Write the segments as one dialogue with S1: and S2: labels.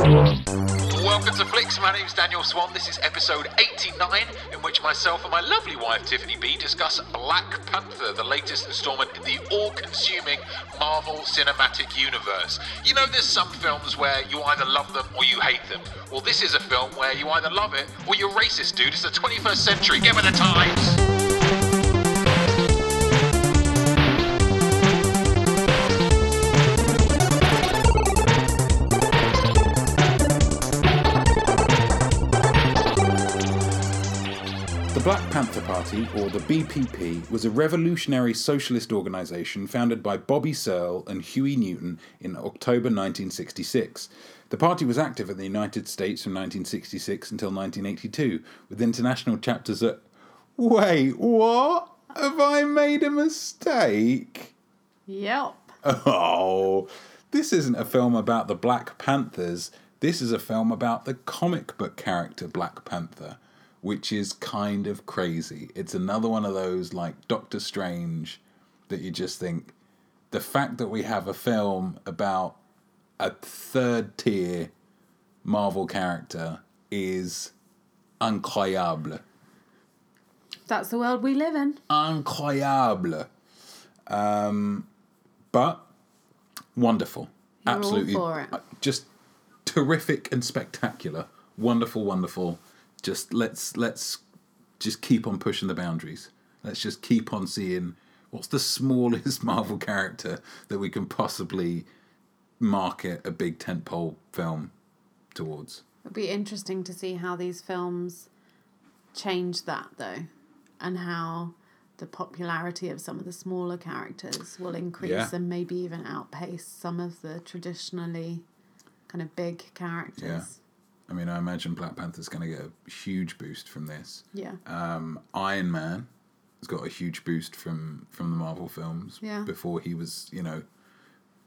S1: Welcome to Flicks. My name's Daniel Swan. This is episode 89, in which myself and my lovely wife Tiffany B discuss Black Panther, the latest installment in the all consuming Marvel Cinematic Universe. You know, there's some films where you either love them or you hate them. Well, this is a film where you either love it or you're racist, dude. It's the 21st century. Give it the times.
S2: The Black Panther Party, or the BPP, was a revolutionary socialist organisation founded by Bobby Searle and Huey Newton in October 1966. The party was active in the United States from 1966 until 1982, with international chapters at. Wait, what? Have I made a mistake?
S3: Yep.
S2: Oh, this isn't a film about the Black Panthers. This is a film about the comic book character Black Panther, which is kind of crazy. It's another one of those like Doctor Strange that you just think the fact that we have a film about a third tier Marvel character is incroyable.
S3: That's the world we live in.
S2: Incroyable. Um, but wonderful.
S3: You're all
S2: Absolutely.
S3: for it.
S2: uh, Just terrific and spectacular. Wonderful, wonderful. Just let's let's just keep on pushing the boundaries. Let's just keep on seeing what's the smallest Marvel character that we can possibly market a big tentpole film towards.
S3: It'll be interesting to see how these films change that, though, and how the popularity of some of the smaller characters will increase
S2: Yeah.
S3: and maybe even outpace some of the traditionally kind of big characters.
S2: I mean, I imagine Black Panther's going to get a huge boost from this.
S3: Yeah.
S2: Um, Iron Man has got a huge boost from from the Marvel films.
S3: Yeah.
S2: Before he was, you know,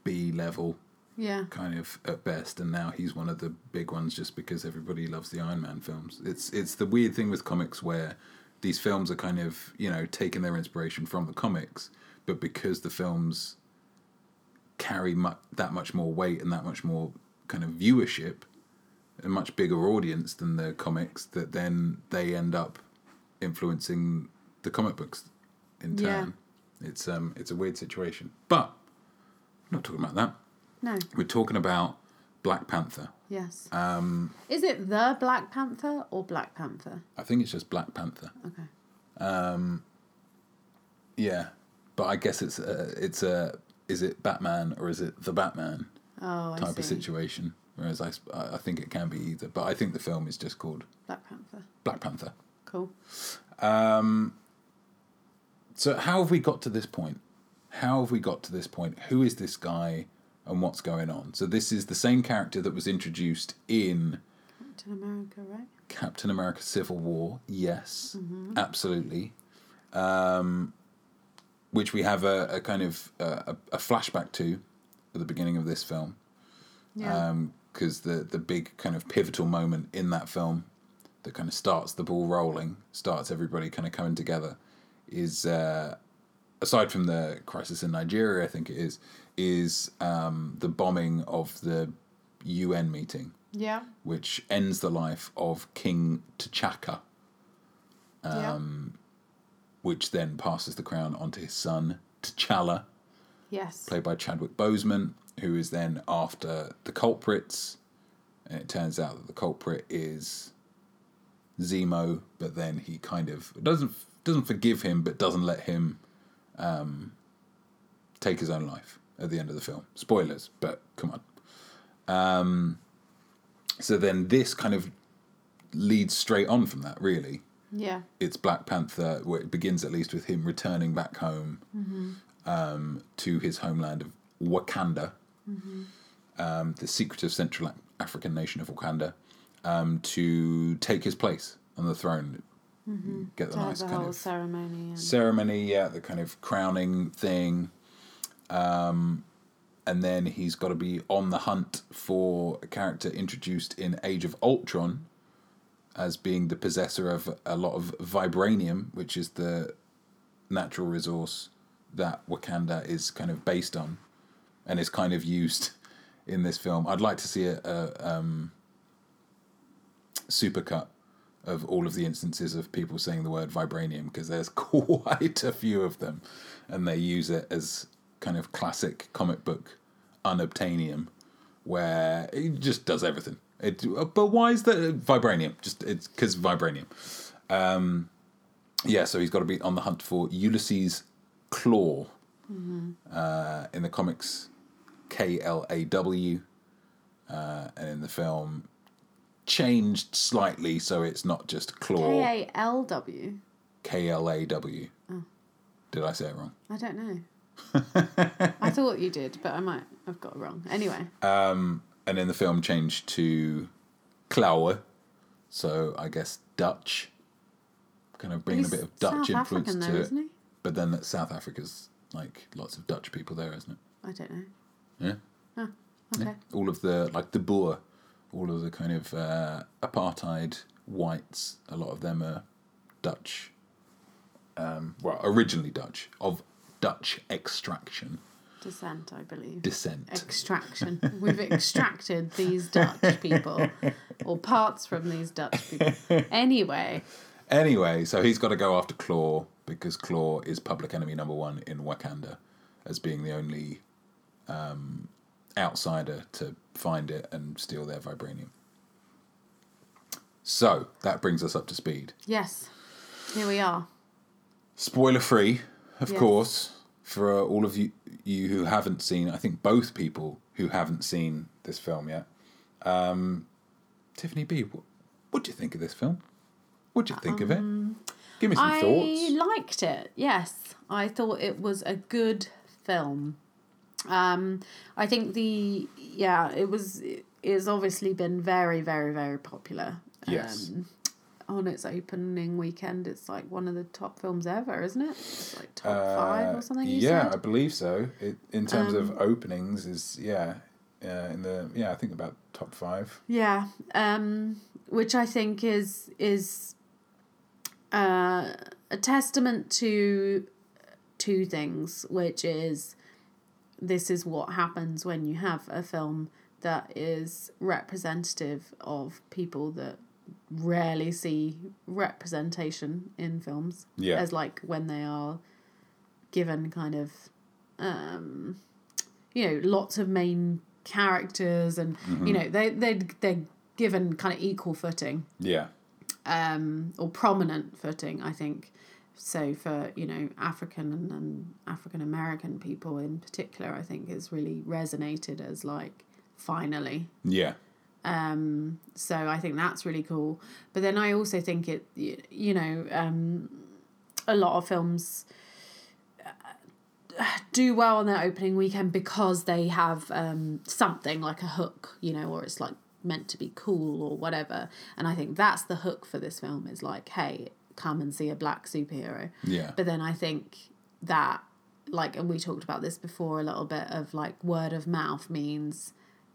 S2: B level
S3: Yeah.
S2: kind of at best, and now he's one of the big ones just because everybody loves the Iron Man films. It's it's the weird thing with comics where these films are kind of you know taking their inspiration from the comics, but because the films carry mu- that much more weight and that much more kind of viewership, a much bigger audience than the comics, that then they end up influencing the comic books in
S3: Yeah.
S2: turn. It's um it's a weird situation, but I'm not talking about that.
S3: No.
S2: We're talking about Black Panther.
S3: Yes. Um, Is it the Black Panther or Black Panther?
S2: I think it's just Black Panther.
S3: Okay.
S2: Yeah, but I guess it's a, it's a is it Batman or is it the Batman
S3: Oh, I
S2: type
S3: see.
S2: of situation? Whereas I, sp- I I think it can be either, but I think the film is just called
S3: Black Panther.
S2: Black Panther.
S3: Cool.
S2: So how have we got to this point? How have we got to this point? Who is this guy and what's going on? So this is the same character that was introduced in
S3: Captain America, right?
S2: Captain America Civil War, yes, absolutely. Um, which we have a, a kind of uh, a, a flashback to at the beginning of this film,
S3: Yeah.
S2: Um, because the, the big kind of pivotal moment in that film that kind of starts the ball rolling, starts everybody kind of coming together, is uh, aside from the crisis in Nigeria, I think it is, is um, the bombing of the UN meeting
S3: yeah.
S2: which ends the life of King T'Chaka, um, which then passes the crown onto his son T'Challa,
S3: yeah. Yes.
S2: played by Chadwick Boseman, who is then after the culprits. And it turns out that the culprit is Zemo, but then he kind of doesn't doesn't forgive him, but doesn't let him um, take his own life at the end of the film. Spoilers, but come on. Um, So then this kind of leads straight on from that, really.
S3: Yeah.
S2: It's Black Panther, where it begins at least with him returning back home um, to his homeland of Wakanda, um, the secretive Central Af- African nation of Wakanda, um, to take his place on the throne. Get the
S3: To have
S2: nice
S3: Mm-hmm. the
S2: kind
S3: whole
S2: of
S3: ceremony and
S2: ceremony, yeah, the kind of crowning thing. Um, and then he's got to be on the hunt for a character introduced in Age of Ultron as being the possessor of a lot of vibranium, which is the natural resource that Wakanda is kind of based on and is kind of used in this film. I'd like to see a, a um, supercut of all of the instances of people saying the word vibranium because there's quite a few of them, and they use it as kind of classic comic book unobtainium, where it just does everything. It, but why is that vibranium? Just it's because vibranium. Um, yeah, so he's got to be on the hunt for Ulysses Claw.
S3: Mm-hmm.
S2: Uh, in the comics, K L A W, uh, and in the film, changed slightly so it's not just Claw.
S3: K A Oh. L W.
S2: K L A W. Did I say it wrong?
S3: I don't know. I thought you did, but I might have got it wrong. Anyway,
S2: and in the film changed to Klauer, so I guess Dutch, kind of bringing
S3: He's
S2: a bit of Dutch
S3: South
S2: influence
S3: African though,
S2: to it.
S3: isn't he?
S2: But then that South Africa's like lots of Dutch people there, isn't it?
S3: I don't know. Ah,
S2: Yeah,
S3: Okay.
S2: all of the like the Boer, all of the kind of uh, apartheid whites. A lot of them are Dutch. Um, well, originally Dutch of Dutch extraction
S3: Descent, I believe.
S2: descent.
S3: Extraction. We've extracted these Dutch people, or parts from these Dutch people. Anyway,
S2: Anyway, so he's got to go after Claw because Claw is public enemy number one in Wakanda as being the only um, outsider to find it and steal their vibranium. So that brings us up to speed.
S3: yes, here we are.
S2: Spoiler free, of
S3: Yes.
S2: course, for uh, all of you, you who haven't seen, I think both people who haven't seen this film yet. Um, Tiffany B, what, what do you think of this film? What do you think of it? Give me some
S3: Um, I
S2: thoughts.
S3: liked it. Yes, I thought it was a good film. Um, I think the yeah, it was it's obviously been very very very popular.
S2: Yes.
S3: Um, on its opening weekend, it's like one of the top films ever, isn't it? It's like top five
S2: Uh,
S3: or something. You
S2: Yeah, I
S3: said? Um,
S2: believe so. It, in terms of openings, is yeah, uh, in the yeah, I think about top five.
S3: yeah. Um, which I think is is uh, a testament to two things, which is this is what happens when you have a film that is representative of people that rarely see representation in films.
S2: Yeah.
S3: As like when they are given kind of um you know, lots of main characters and you know, they they they're given kind of equal footing
S2: Yeah,
S3: um, or prominent footing, I think. So for you know African and, and African American people in particular, I think it's really resonated as like finally.
S2: yeah,
S3: Um, So I think that's really cool. But then I also think it y- you know um, a lot of films uh, do well on their opening weekend because they have um, something like a hook, you know, or it's like meant to be cool or whatever. And I think that's the hook for this film is like, hey, come and see a black superhero.
S2: yeah,
S3: But then I think that, like, and we talked about this before a little bit of like word of mouth means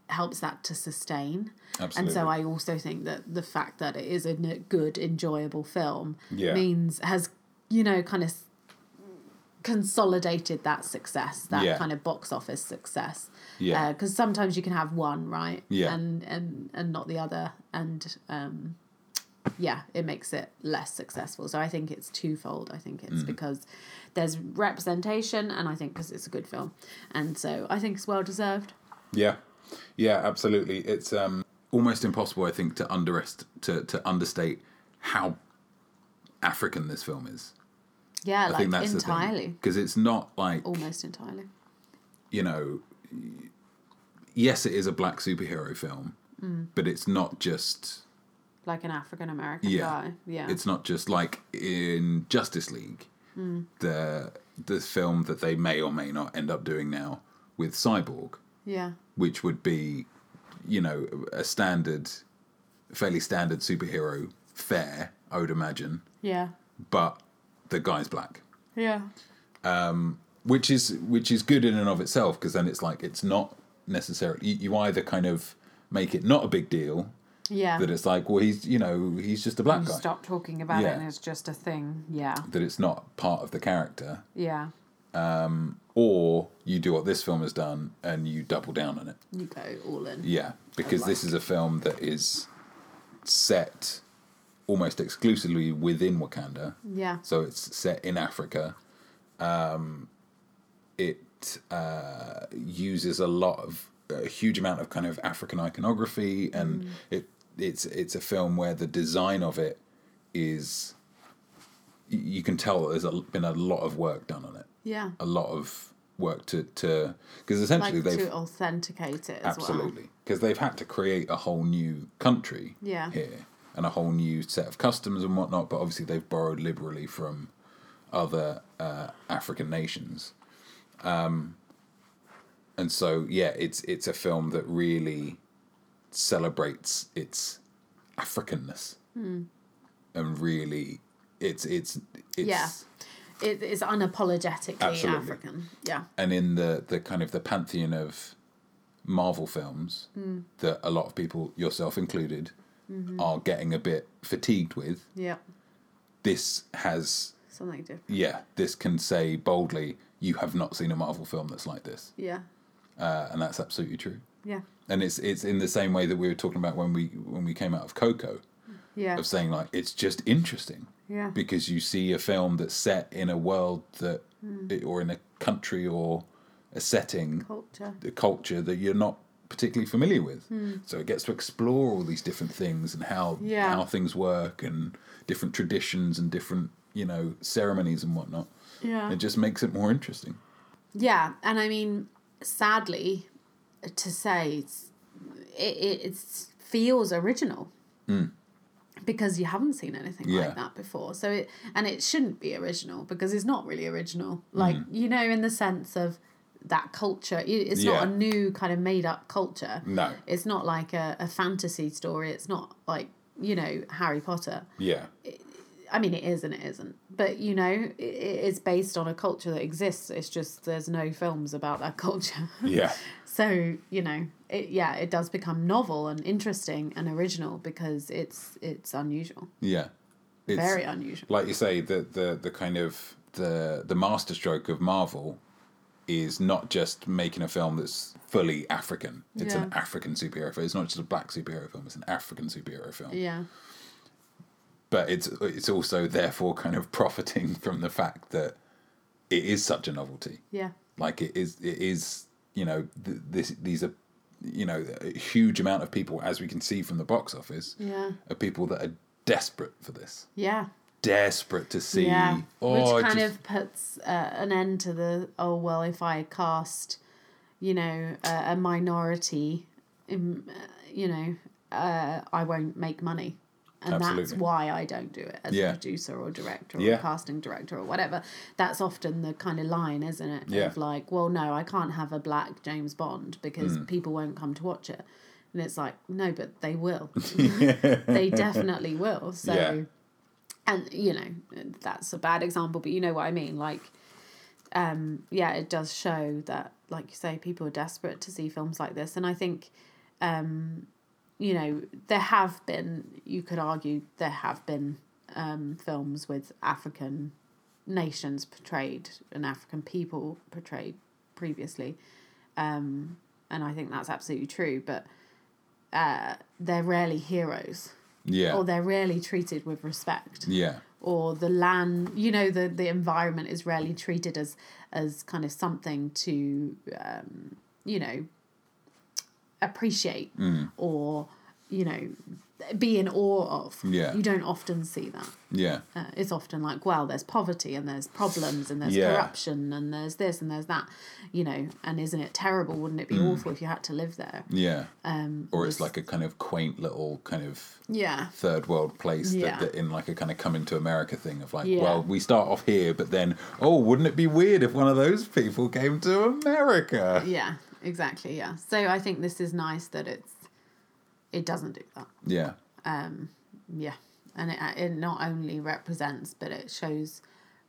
S3: helps that to sustain.
S2: absolutely.
S3: And so I also think that the fact that it is a n- good, enjoyable film
S2: Yeah.
S3: means has, you know, kind of s- consolidated that success, that
S2: Yeah.
S3: kind of box office success.
S2: Yeah.
S3: Because sometimes you can have one, right?
S2: Yeah.
S3: And, and, and not the other. And um, yeah, it makes it less successful. So I think it's twofold. I think
S2: Mm.
S3: it's because there's representation and I think because it's a good film. And so I think it's well deserved.
S2: Yeah, yeah, absolutely. It's um, almost impossible, I think, to underest to to understate how African this film is.
S3: Yeah,
S2: I
S3: like
S2: think that's
S3: entirely.
S2: because it's not like
S3: Almost entirely.
S2: you know, yes, it is a black superhero film,
S3: Mm.
S2: but it's not just
S3: like an African American
S2: Yeah.
S3: guy. Yeah.
S2: It's not just like in Justice League,
S3: Mm.
S2: the the film that they may or may not end up doing now with Cyborg,
S3: yeah.
S2: which would be, you know, a standard, fairly standard superhero fare, I would imagine,
S3: Yeah.
S2: but the guy's black,
S3: Yeah.
S2: which is which is good in and of itself because then it's like it's not necessarily you, you either kind of make it not a big deal
S3: Yeah.
S2: that it's like well he's you know he's just a black guy
S3: Stop talking about
S2: Yeah.
S3: it and it's just a thing. Yeah.
S2: that it's not part of the character
S3: Yeah.
S2: um, or you do what this film has done and you double down on it.
S3: You go all in.
S2: Yeah, because this is a film that is set almost exclusively within Wakanda.
S3: Yeah.
S2: So it's set in Africa. Um, it uh, uses a lot of a huge amount of kind of African iconography, and
S3: Mm.
S2: it it's it's a film where the design of it is y- you can tell that there's a, been a lot of work done on it,
S3: Yeah.
S2: a lot of work to to because essentially
S3: Like
S2: they've
S3: to authenticate it as well.
S2: Absolutely, because they've had to create a whole new country
S3: Yeah.
S2: here and a whole new set of customs and whatnot. But obviously, they've borrowed liberally from other uh, African nations, um, and so yeah, it's it's a film that really celebrates its Africanness
S3: Hmm.
S2: and really it's it's it's
S3: Yeah. It is unapologetically
S2: Absolutely.
S3: African. Yeah.
S2: and in the the kind of the pantheon of Marvel films that a lot of people, yourself included, are getting a bit fatigued with.
S3: Yeah.
S2: This has,
S3: Something different.
S2: yeah, this can say boldly, you have not seen a Marvel film that's like this,
S3: Yeah.
S2: uh, and that's absolutely true.
S3: Yeah.
S2: And it's it's in the same way that we were talking about when we when we came out of Coco,
S3: Yeah.
S2: of saying like it's just interesting
S3: Yeah.
S2: because you see a film that's set in a world that, or in a country or a setting
S3: Culture.
S2: the culture that you're not particularly familiar with. So it gets to explore all these different things and how
S3: Yeah.
S2: how things work and different traditions and different you know ceremonies and whatnot.
S3: Yeah.
S2: It just makes it more interesting.
S3: Yeah, and I mean, sadly, to say it's, it, it it's, feels original because you haven't seen anything
S2: Hmm. Yeah.
S3: like that before. So it and it shouldn't be original because it's not really original. Like
S2: Hmm.
S3: you know, in the sense of that culture, it- it's not
S2: Yeah.
S3: a new kind of made up culture.
S2: No.
S3: it's not like a, a fantasy story. It's not like you know Harry Potter.
S2: Yeah,
S3: I mean, it is and it isn't. But you know, it, it's based on a culture that exists. It's just there's no films about that culture.
S2: yeah,
S3: so you know, it yeah, it does become novel and interesting and original because it's it's unusual,
S2: yeah. It's,
S3: very unusual.
S2: like you say the the the kind of the the masterstroke of Marvel is not just making a film that's fully African. It's an
S3: Yeah.
S2: African superhero film. It's not just a black superhero film. It's an African superhero film.
S3: Yeah,
S2: but it's it's also therefore kind of profiting from the fact that it is such a novelty.
S3: yeah,
S2: Like it is it is you know th- this these are you know a huge amount of people as we can see from the box office
S3: yeah,
S2: are people that are desperate for this,
S3: yeah.
S2: desperate to see.
S3: Yeah,
S2: Oh,
S3: which kind
S2: just-
S3: of puts uh, an end to the oh well, if I cast, you know, a, a minority, in, uh, you know, uh, I won't make money, and that's
S2: Absolutely.
S3: why I don't do it as
S2: Yeah.
S3: a producer or director or
S2: Yeah.
S3: casting director or whatever. That's often the kind of line, isn't it?
S2: Yeah.
S3: Of like, well, no, I can't have a black James Bond
S2: Hmm.
S3: because people won't come to watch it. And it's like, no, but they will. they definitely will. So
S2: Yeah.
S3: and you know that's a bad example but you know what i mean like um yeah it does show that like you say people are desperate to see films like this and i think um you know there have been you could argue there have been um films with african nations portrayed and african people portrayed previously um and i think that's absolutely true but uh they're rarely heroes
S2: yeah
S3: or they're rarely treated with respect
S2: yeah
S3: or the land you know the the environment is rarely treated as as kind of something to um, you know appreciate
S2: Hmm.
S3: or you know be in awe of
S2: Yeah.
S3: you don't often see that
S2: yeah
S3: uh, it's often like well there's poverty and there's problems and there's
S2: Yeah.
S3: corruption and there's this and there's that you know and isn't it terrible wouldn't it be
S2: Hmm.
S3: awful if you had to live there
S2: yeah.
S3: um
S2: Or it's
S3: this-
S2: like a kind of quaint little kind of
S3: yeah
S2: third world place
S3: Yeah.
S2: that, that in like a kind of coming to America thing of like,
S3: Yeah.
S2: well, we start off here, but then, oh, wouldn't it be weird if one of those people came to America?
S3: yeah exactly yeah so i think this is nice that it's it doesn't do that
S2: Yeah.
S3: yeah and it, it not only represents but it shows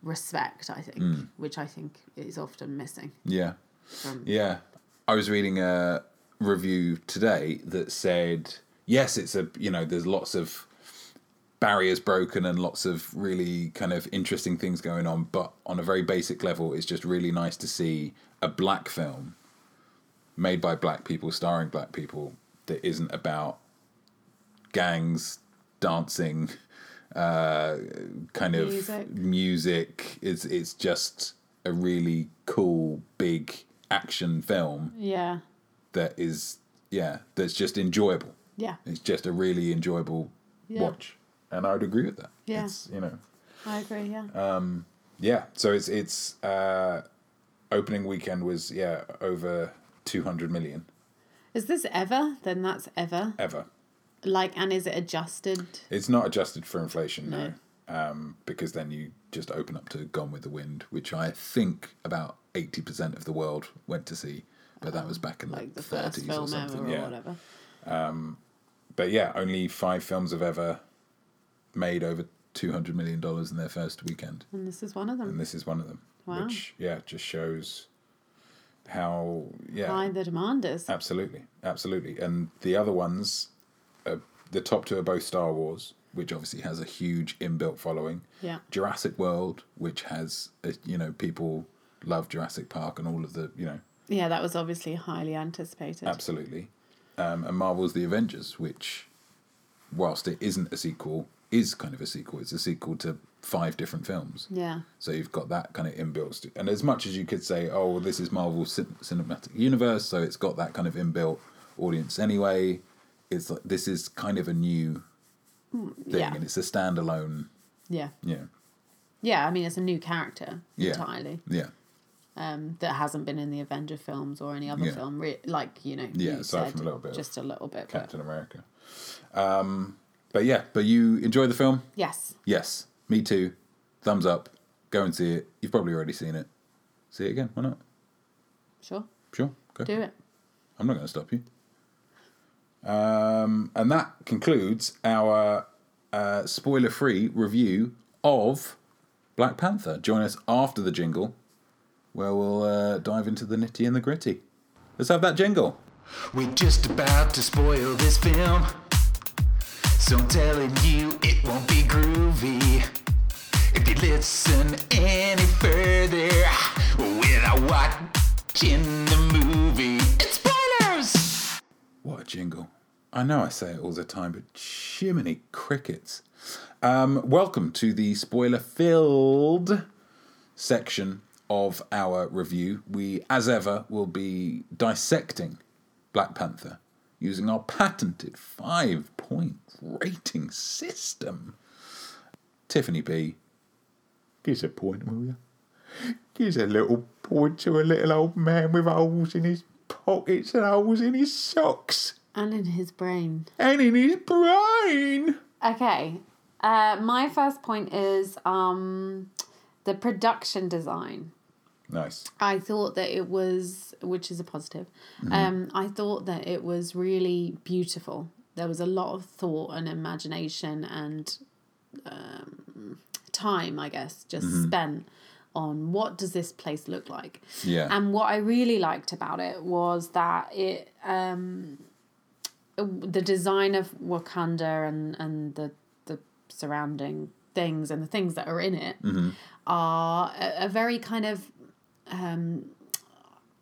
S3: respect i think
S2: Mm.
S3: which i think is often missing
S2: Yeah.
S3: Um,
S2: yeah. I was reading a review today that said, yes, it's a, you know, there's lots of barriers broken and lots of really kind of interesting things going on. But on a very basic level, it's just really nice to see a black film made by black people, starring black people, that isn't about gangs, dancing, uh, kind of
S3: Music.
S2: music. It's it's just a really cool big action film
S3: Yeah.
S2: that is yeah that's just enjoyable.
S3: Yeah.
S2: It's just a really enjoyable
S3: Yeah.
S2: watch, and I would agree with that.
S3: Yeah.
S2: It's, you know,
S3: I agree. Yeah.
S2: Uh, yeah. So it's it's uh, opening weekend was yeah over two hundred million
S3: is this ever? Then that's ever.
S2: ever.
S3: Like, and is it adjusted?
S2: It's not adjusted for inflation, no.
S3: No.
S2: Um, because then you just open up to Gone with the Wind, which I think about eighty percent of the world went to see, but that was back in
S3: Like the first
S2: thirties or
S3: film
S2: something.
S3: ever or
S2: yeah.
S3: whatever.
S2: But yeah, only five films have ever made over two hundred million dollars in their first weekend.
S3: And this is one of
S2: and
S3: them.
S2: this is one of them
S3: Wow.
S2: which yeah just shows how yeah
S3: Why the demand is.
S2: absolutely absolutely and the other ones uh, the top two are both star wars which obviously has a huge inbuilt following
S3: Yeah.
S2: jurassic world which has uh, you know people love jurassic park and all of the you know
S3: Yeah, that was obviously highly anticipated.
S2: absolutely um, and marvel's the avengers which whilst it isn't a sequel is kind of a sequel it's a sequel to five different films
S3: Yeah.
S2: so you've got that kind of inbuilt. st- And as much as you could say, oh, well, this is Marvel cin- Cinematic Universe, so it's got that kind of inbuilt audience anyway. It's like this is kind of a new thing,
S3: yeah.
S2: and it's a standalone.
S3: Yeah.
S2: Yeah,
S3: Yeah, I mean, it's a new character
S2: Yeah.
S3: entirely
S2: yeah,
S3: um, that hasn't been in the Avenger films or any other
S2: Yeah.
S3: film, re- like, you know.
S2: Yeah,
S3: you
S2: aside
S3: said,
S2: from a little bit of
S3: Just a little bit. But
S2: Captain America. Um, but yeah, but you enjoy the film?
S3: yes.
S2: Yes, me too. Thumbs up. Go and see it. You've probably already seen it. See it again? Why not?
S3: Sure.
S2: Sure, go.
S3: Do it.
S2: I'm not going to stop you. Um, and that concludes our uh, spoiler free review of Black Panther. Join us after the jingle, where we'll uh, dive into the nitty and the gritty. Let's have that jingle.
S4: We're just about to spoil this film. So I'm telling you, it won't be groovy. If you listen any further without watching the movie, it's spoilers!
S2: What a jingle. I know I say it all the time, but shiminy crickets. Um, welcome to the spoiler filled section of our review. We, as ever, will be dissecting Black Panther using our patented five point rating system. Tiffany B. Give us a point, will you? Give us a little point to a little old man with holes in his pockets and holes in his socks
S3: And in his brain.
S2: and in his brain.
S3: Okay. Uh, my first point is um, the production design.
S2: Nice.
S3: I thought that it was, which is a positive. Um, I thought that it was really beautiful. There was a lot of thought and imagination and um, time, I guess, just spent on what does this place look like.
S2: Yeah.
S3: And what I really liked about it was that it, um, the design of Wakanda and and the the surrounding things and the things that are in it are a, a very kind of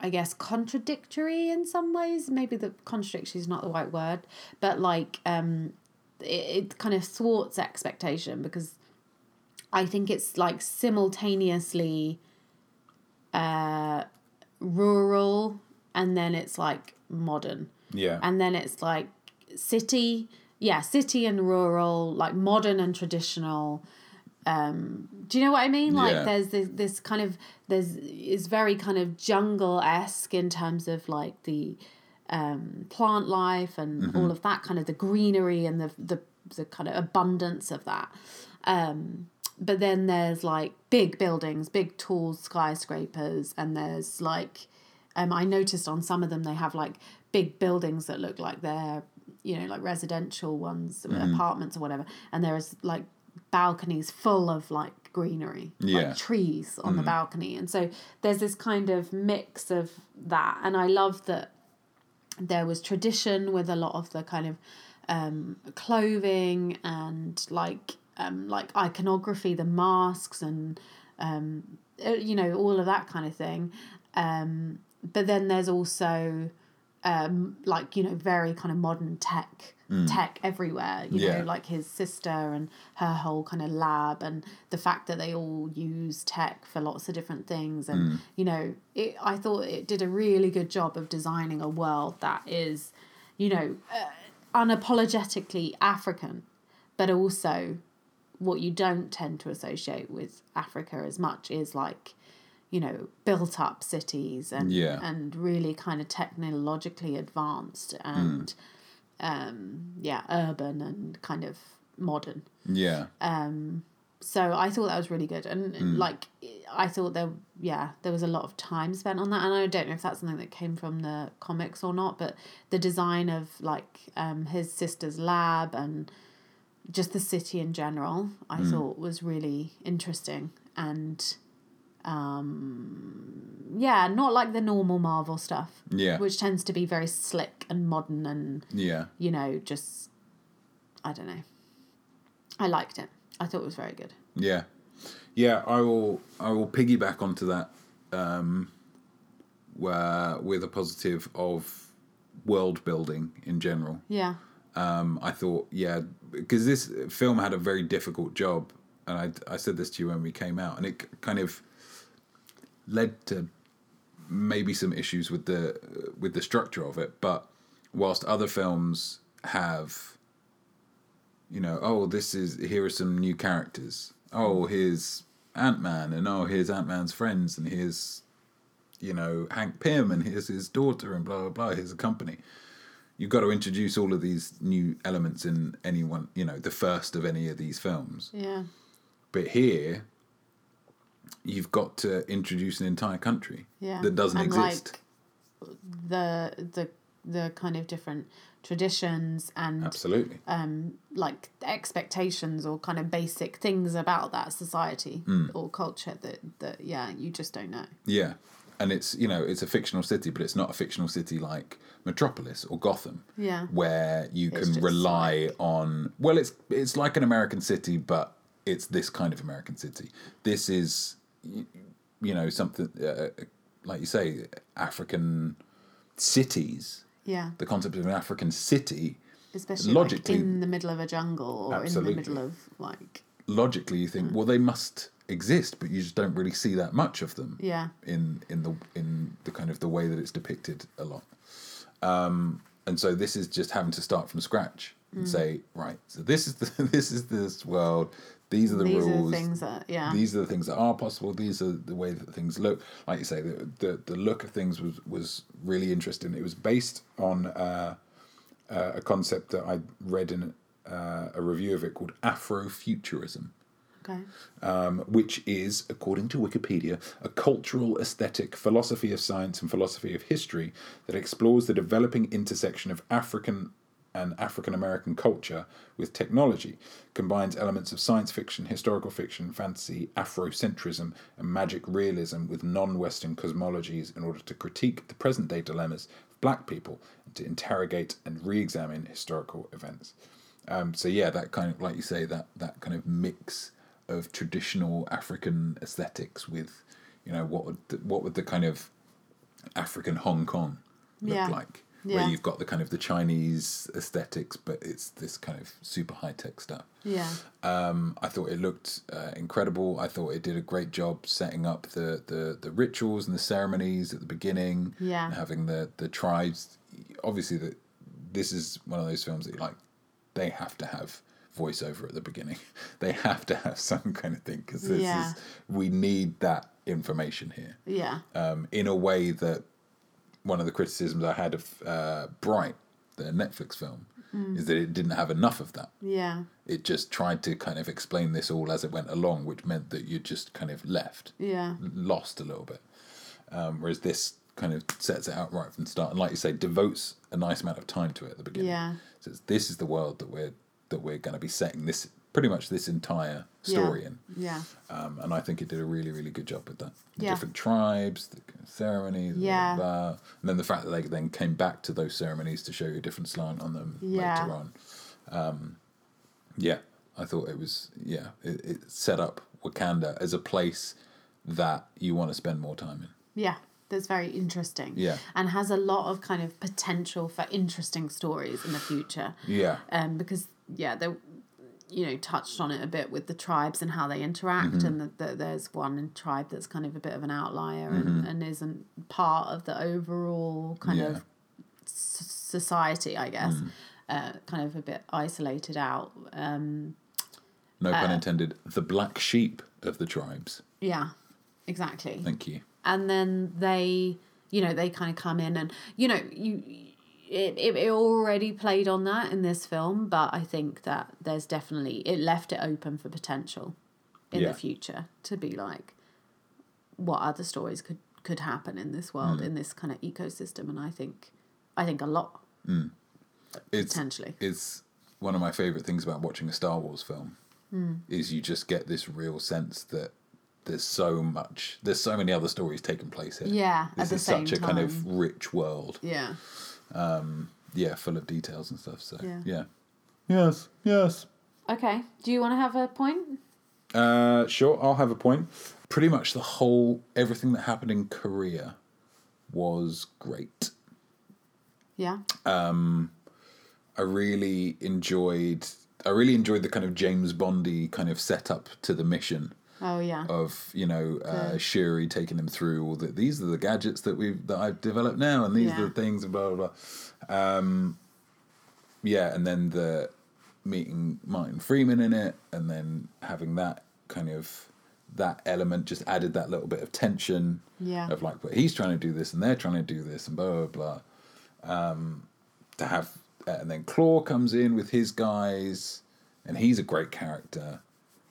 S3: I guess contradictory in some ways. Maybe the contradictory is not the right word, but like um, it, it kind of thwarts expectation because I think it's like simultaneously uh, rural and then it's like modern
S2: yeah.
S3: and then it's like city yeah city and rural like modern and traditional um do you know what i mean like
S2: Yeah.
S3: there's this, this kind of there's is very kind of jungle-esque in terms of like the um plant life and
S2: Mm-hmm.
S3: all of that kind of the greenery and the the, the kind of abundance of that um but then there's like big buildings big tall skyscrapers and there's like um, I noticed on some of them they have like big buildings that look like they're you know like residential ones, apartments or whatever, and there is like balconies full of like greenery,
S2: Yeah.
S3: like trees on the balcony, and so there's this kind of mix of that, and I love that there was tradition with a lot of the kind of um, clothing and like um, like iconography, the masks and um, uh, you know all of that kind of thing. Um, but then there's also um, like you know very kind of modern tech tech everywhere. You
S2: Yeah.
S3: know like his sister and her whole kind of lab and the fact that they all use tech for lots of different things and you know it, I thought it did a really good job of designing a world that is you know uh, unapologetically African but also what you don't tend to associate with Africa as much is like, you know, built up cities and
S2: Yeah.
S3: and really kind of technologically advanced and um yeah, urban and kind of modern.
S2: Yeah.
S3: So I thought that was really good and like I thought there yeah, there was a lot of time spent on that and I don't know if that's something that came from the comics or not, but the design of like um his sister's lab and just the city in general, I thought was really interesting and um yeah, not like the normal Marvel stuff.
S2: Yeah.
S3: Which tends to be very slick and modern and,
S2: yeah.
S3: you know, just I don't know. I liked it. I thought it was very good.
S2: Yeah, yeah. I will. I will piggyback onto that, um, where with a positive of world building in general.
S3: Yeah.
S2: Um, I thought, yeah, because this film had a very difficult job, and I I said this to you when we came out, and it k- kind of led to maybe some issues with the with the structure of it. But whilst other films have you know, oh, this is here are some new characters. Oh, here's Ant Man, and oh, here's Ant Man's friends, and here's you know Hank Pym, and here's his daughter, and blah blah blah. Here's a company. You've got to introduce all of these new elements in any one, you know, the first of any of these films.
S3: Yeah.
S2: But here, you've got to introduce an entire country
S3: Yeah.
S2: that doesn't
S3: And,
S2: exist.
S3: Like, the the the kind of different traditions
S2: Uh.
S3: and
S2: Absolutely.
S3: like expectations or kind of basic things about that society
S2: Hmm.
S3: or culture that that yeah you just don't know
S2: Yeah, and it's you know it's a fictional city, but it's not a fictional city like Metropolis or Gotham.
S3: Yeah.
S2: where you can
S3: just
S2: rely on. Well, it's it's like an American city, but it's this kind of American city. This is y- you know something uh, like you say African cities.
S3: yeah
S2: The concept of an African city.
S3: especially
S2: logically-
S3: like in the middle of a jungle or
S2: Absolutely.
S3: in the middle of like
S2: Logically, you
S3: Hmm.
S2: think well they must exist, but you just don't really see that much of them.
S3: yeah
S2: in in the in the kind of the way that it's depicted a lot. Um, and so this is just having to start from scratch and say, right, so this is the, this is this world. These are the
S3: these
S2: rules.
S3: are the things that yeah
S2: These are the things that are possible. These are the way that things look. Like you say, the the, the look of things was was really interesting. It was based on uh, uh, a concept that I read in uh, a review of it called Afrofuturism
S3: okay
S2: um, which is, according to Wikipedia, a cultural aesthetic philosophy of science and philosophy of history that explores the developing intersection of African and African American culture with technology, combines elements of science fiction, historical fiction, fantasy, Afrocentrism, and magic realism with non Western cosmologies in order to critique the present day dilemmas of black people and to interrogate and re examine historical events. Um, so yeah, that kind of like you say that that kind of mix of traditional African aesthetics with, you know, what would the, what would the kind of African Hong Kong look
S3: Yeah.
S2: like?
S3: Yeah.
S2: Where you've got the kind of the Chinese aesthetics, but it's this kind of super high tech stuff.
S3: yeah
S2: Um, I thought it looked uh, incredible. I thought it did a great job setting up the, the, the rituals and the ceremonies at the beginning.
S3: Yeah.
S2: and having the, the tribes. Obviously, that this is one of those films that like they have to have voiceover at the beginning. they have to have some kind of thing because this
S3: Yeah.
S2: is we need that information here
S3: yeah
S2: um, in a way that one of the criticisms I had of uh, Bright, the Netflix film,
S3: Mm.
S2: is that it didn't have enough of that
S3: yeah
S2: it just tried to kind of explain this all as it went along, which meant that you just kind of left,
S3: yeah
S2: lost a little bit. Um, whereas this kind of sets it out right from the start, and like you say, devotes a nice amount of time to it at the beginning.
S3: Yeah.
S2: So it's, this is the world that we're that we're going to be setting this pretty much this entire story in.
S3: Yeah.
S2: Um, and I think it did a really, really good job with that. The
S3: Yeah.
S2: different tribes, the ceremony, the
S3: Yeah.
S2: blah, blah. and then the fact that they then came back to those ceremonies to show you a different slant on them
S3: Yeah.
S2: later on. Um, yeah, I thought it was yeah, it, it set up Wakanda as a place that you want to spend more time in.
S3: Yeah. That's very interesting.
S2: Yeah.
S3: And has a lot of kind of potential for interesting stories in the future.
S2: Yeah,
S3: um, because yeah, they you know touched on it a bit with the tribes and how they interact,
S2: Mm-hmm.
S3: and that that there's one tribe that's kind of a bit of an outlier and, and isn't part of the overall kind
S2: Mm-hmm. Yeah. Mm-hmm.
S3: of s- society, I guess. Uh, kind of a bit isolated out. Um,
S2: no pun
S3: Uh,
S2: intended. The black sheep of the tribes.
S3: yeah, exactly.
S2: Thank you.
S3: and then they you know they kind of come in and you know you it, it, it already played on that in this film but i think that there's definitely it left it open for potential in
S2: Yeah.
S3: the future to be like what other stories could could happen in this world
S2: Mm.
S3: in this kind of ecosystem and i think i think a lot
S2: it's,
S3: Potentially.
S2: It's one of my favorite things about watching a Star Wars film
S3: Hmm.
S2: is you just get this real sense that there's so much, there's so many other stories taking place here.
S3: Yeah, at
S2: this
S3: the
S2: is
S3: same
S2: such a kind of
S3: time.
S2: rich world.
S3: yeah
S2: Yeah, full of details and stuff. So yeah,
S3: Yeah.
S2: yes, yes.
S3: okay do you want to have a point
S2: Uh, sure, I'll have a point. Pretty much the whole everything that happened in Korea was great.
S3: yeah
S2: I really enjoyed. I really enjoyed the kind of James Bondy kind of setup to the mission.
S3: oh yeah
S2: of you know uh, Shuri taking him through all that. These are the gadgets that we've that I've developed now, and these are
S3: Yeah.
S2: the things, and blah blah blah. Um, yeah, and then the meeting Martin Freeman in it, and then having that kind of that element just added that little bit of tension
S3: Yeah.
S2: of like, but he's trying to do this, and they're trying to do this, and blah blah blah. Um, to have uh, and then Claw comes in with his guys, and he's a great character.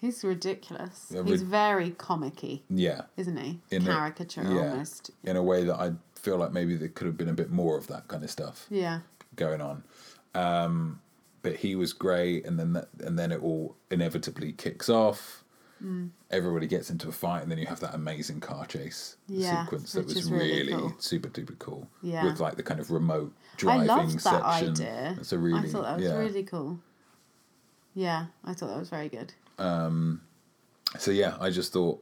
S3: he's ridiculous
S2: Yeah,
S3: he's
S2: rid-
S3: very comicky
S2: Yeah,
S3: isn't he
S2: in a-
S3: caricature almost
S2: in a way that I feel like maybe there could have been a bit more of that kind of stuff
S3: yeah
S2: going on. Um, but he was great, and then that, and then it all inevitably kicks off.
S3: Mm.
S2: Everybody gets into a fight, and then you have that amazing car chase
S3: Yeah,
S2: sequence that
S3: which
S2: was
S3: is really
S2: really,
S3: cool.
S2: super duper cool.
S3: Yeah.
S2: with like the kind of remote
S3: I
S2: driving
S3: loved
S2: section.
S3: that idea.
S2: That's a really
S3: I thought that was
S2: yeah.
S3: really cool. Yeah, I thought that was very good.
S2: So yeah, I just thought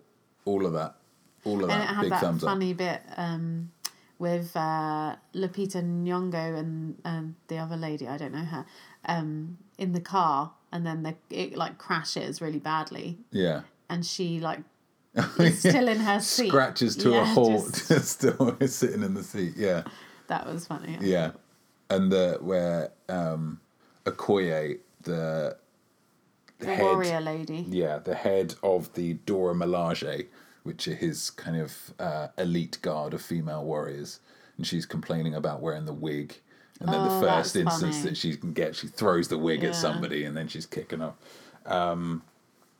S2: all of that, all of
S3: And it
S2: that,
S3: had
S2: big
S3: that
S2: thumbs up.
S3: funny bit um, with uh, Lupita Nyong'o and um, the other lady, I don't know her, um, in the car, and then the, it like crashes really badly,
S2: Yeah.
S3: and she like is still in her seat,
S2: Scratches to a
S3: Yeah,
S2: halt,
S3: just-
S2: still sitting in the seat. Yeah.
S3: that was funny.
S2: Yeah, and the where um, Okoye, the
S3: the
S2: head,
S3: warrior lady.
S2: yeah, the head of the Dora Milaje, which are his kind of uh, elite guard of female warriors, and she's complaining about wearing the wig. And then
S3: Oh,
S2: the first
S3: that's
S2: instance
S3: funny.
S2: that she can get, she throws the wig
S3: Yeah.
S2: at somebody, and then she's kicking off. Um,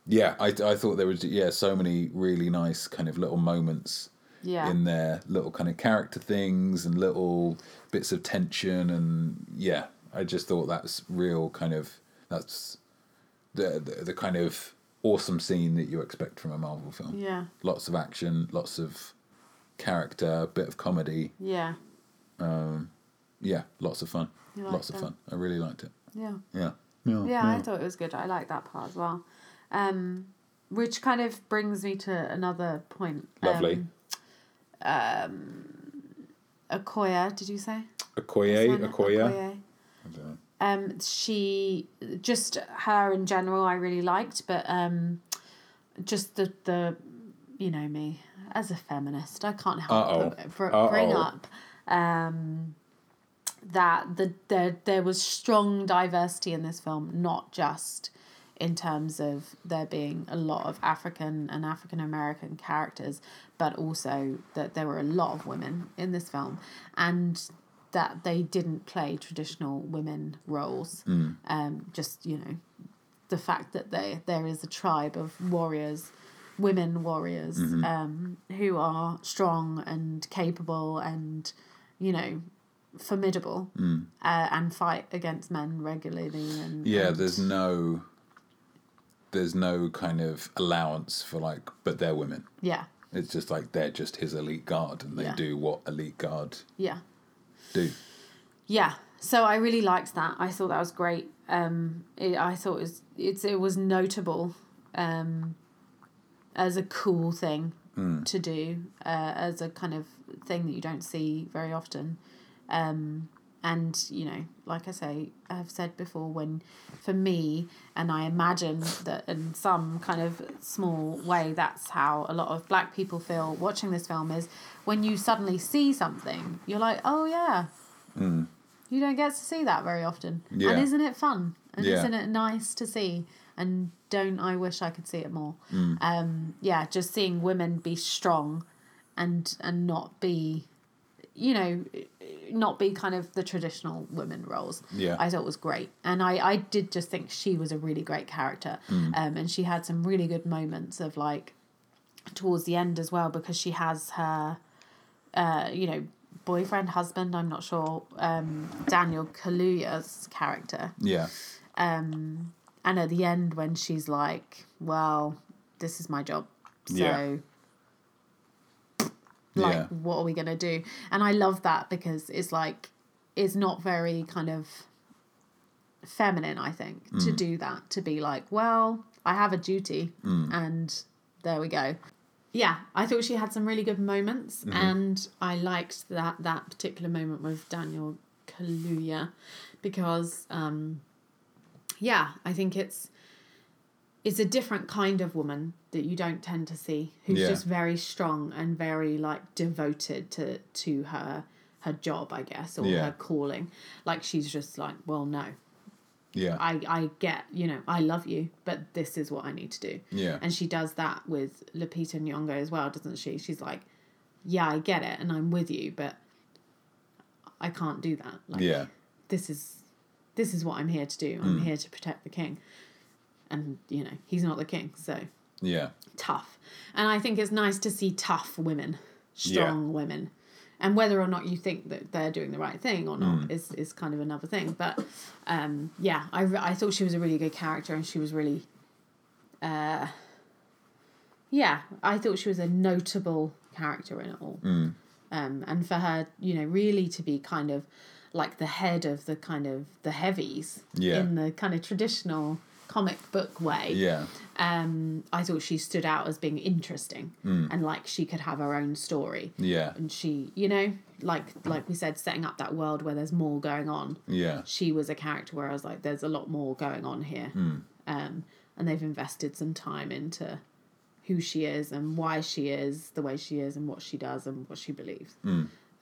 S2: yeah, I, I thought there was yeah so many really nice kind of little moments
S3: Yeah,
S2: in their little kind of character things and little bits of tension and yeah i just thought that's real kind of that's the the, the kind of awesome scene that you expect from a marvel film
S3: yeah,
S2: lots of action lots of character bit of comedy
S3: yeah,
S2: yeah lots of fun
S3: You like
S2: lots of
S3: that?
S2: fun i really liked it
S3: yeah.
S2: yeah
S3: Yeah, I thought it was good. I like that part as well. Um, which kind of brings me to another point.
S2: lovely
S3: Um, Okoye, did you say?
S2: okoye
S3: Sana
S2: okoye I don't know.
S3: Um, she just her in general, I really liked, but um, just the the, you know me as a feminist, I can't help
S2: Uh-oh.
S3: but br- bring
S2: Uh-oh.
S3: up um that the there there was strong diversity in this film, not just in terms of there being a lot of African and African American characters, but also that there were a lot of women in this film and that they didn't play traditional women roles.
S2: Hmm.
S3: Um, just, you know, the fact that they, there is a tribe of warriors, women warriors, um, who are strong and capable and, you know, formidable uh, and fight against men regularly. And,
S2: yeah
S3: and-
S2: there's no there's no kind of allowance for like, but they're women.
S3: Yeah.
S2: It's just like they're just his elite guard, and they
S3: Yeah.
S2: do what elite guard
S3: Yeah.
S2: do.
S3: Yeah. So I really liked that. I thought that was great. Um, it, I thought it was, it's, it was notable um, as a cool thing to do, uh, as a kind of thing that you don't see very often. Um, and, you know, like I say, I've said before, when for me, and I imagine that in some kind of small way, that's how a lot of black people feel watching this film is when you suddenly see something, you're like, oh, yeah, you don't get to see that very often.
S2: Yeah.
S3: And isn't it fun? And
S2: Yeah.
S3: isn't it nice to see? And don't I wish I could see it more?
S2: Mm.
S3: Um, yeah, just seeing women be strong and and not be you know not be kind of the traditional women roles
S2: Yeah.
S3: i thought was great and i i did just think she was a really great character
S2: Mm.
S3: um and she had some really good moments of like towards the end as well because she has her uh you know boyfriend husband i'm not sure um daniel kaluuya's character
S2: Yeah,
S3: um and at the end when she's like well this is my job so
S2: Yeah.
S3: like
S2: yeah,
S3: what are we going to do and i love that because it's like it's not very kind of feminine i think to
S2: Mm.
S3: do that to be like well i have a duty
S2: Mm.
S3: and there we go yeah i thought she had some really good moments
S2: Mm-hmm.
S3: and i liked that that particular moment with daniel kaluuya because um yeah i think it's it's a different kind of woman that you don't tend to see who's
S2: Yeah.
S3: just very strong and very like devoted to to her her job i guess or
S2: Yeah.
S3: her calling like she's just like well no
S2: yeah,
S3: i i get you know i love you but this is what i need to do
S2: Yeah.
S3: and she does that with lupita nyong'o as well doesn't she she's like yeah i get it and i'm with you but i can't do that like
S2: yeah, Mm.
S3: this is this is what i'm here to do i'm here to protect the king and you know he's not the king so
S2: yeah,
S3: tough. And I think it's nice to see tough women,
S2: Yeah.
S3: strong women. And whether or not you think that they're doing the right thing or
S2: Hmm.
S3: not is, is kind of another thing. But um, yeah, I, re- I thought she was a really good character and she was really, uh, yeah, I thought she was a notable character in it all.
S2: Hmm.
S3: Um, and for her, you know, really to be kind of like the head of the kind of the heavies
S2: Yeah.
S3: in the kind of traditional comic book way
S2: yeah,
S3: um, I thought she stood out as being interesting and like she could have her own story.
S2: yeah,
S3: And she, you know, like like we said, setting up that world where there's more going on.
S2: yeah,
S3: She was a character where I was like, there's a lot more going on here, um, and they've invested some time into who she is and why she is the way she is and what she does and what she believes.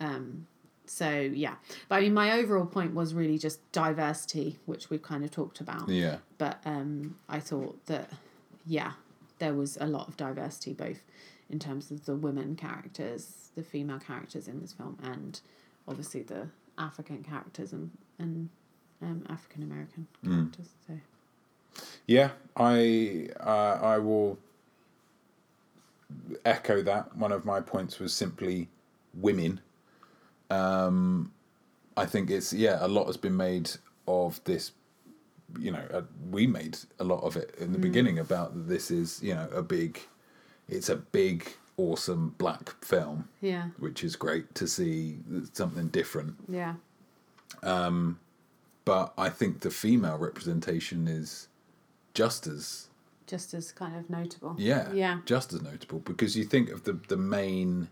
S3: Um, so yeah, but I mean, my overall point was really just diversity, which we've kind of talked about
S2: yeah,
S3: but um, I thought that yeah, there was a lot of diversity both in terms of the women characters, the female characters in this film, and obviously the African characters and and um, African American
S2: Hmm.
S3: characters. So
S2: yeah. I uh, I will echo that. One of my points was simply women. Um, I think it's yeah. A lot has been made of this you know uh, we made a lot of it in the beginning about that this is you know a big it's a big awesome black film
S3: yeah,
S2: which is great to see something different
S3: yeah,
S2: but i think the female representation is just as
S3: just as kind of notable.
S2: yeah
S3: yeah,
S2: just as notable because you think of the the main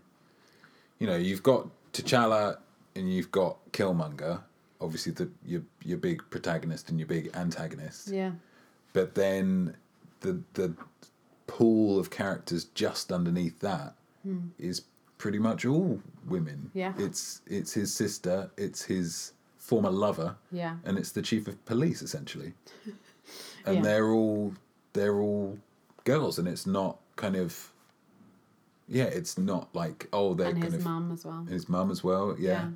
S2: you know you've got T'Challa and you've got Killmonger obviously the your your big protagonist and your big antagonist
S3: yeah,
S2: but then the the pool of characters just underneath that is pretty much all women.
S3: Hmm. Yeah.
S2: It's it's his sister, it's his former lover,
S3: yeah,
S2: and it's the chief of police essentially. And
S3: Yeah.
S2: they're all they're all girls and it's not kind of yeah, it's not like oh they're
S3: and
S2: kind
S3: his
S2: of
S3: mum as well.
S2: his mum as well, yeah.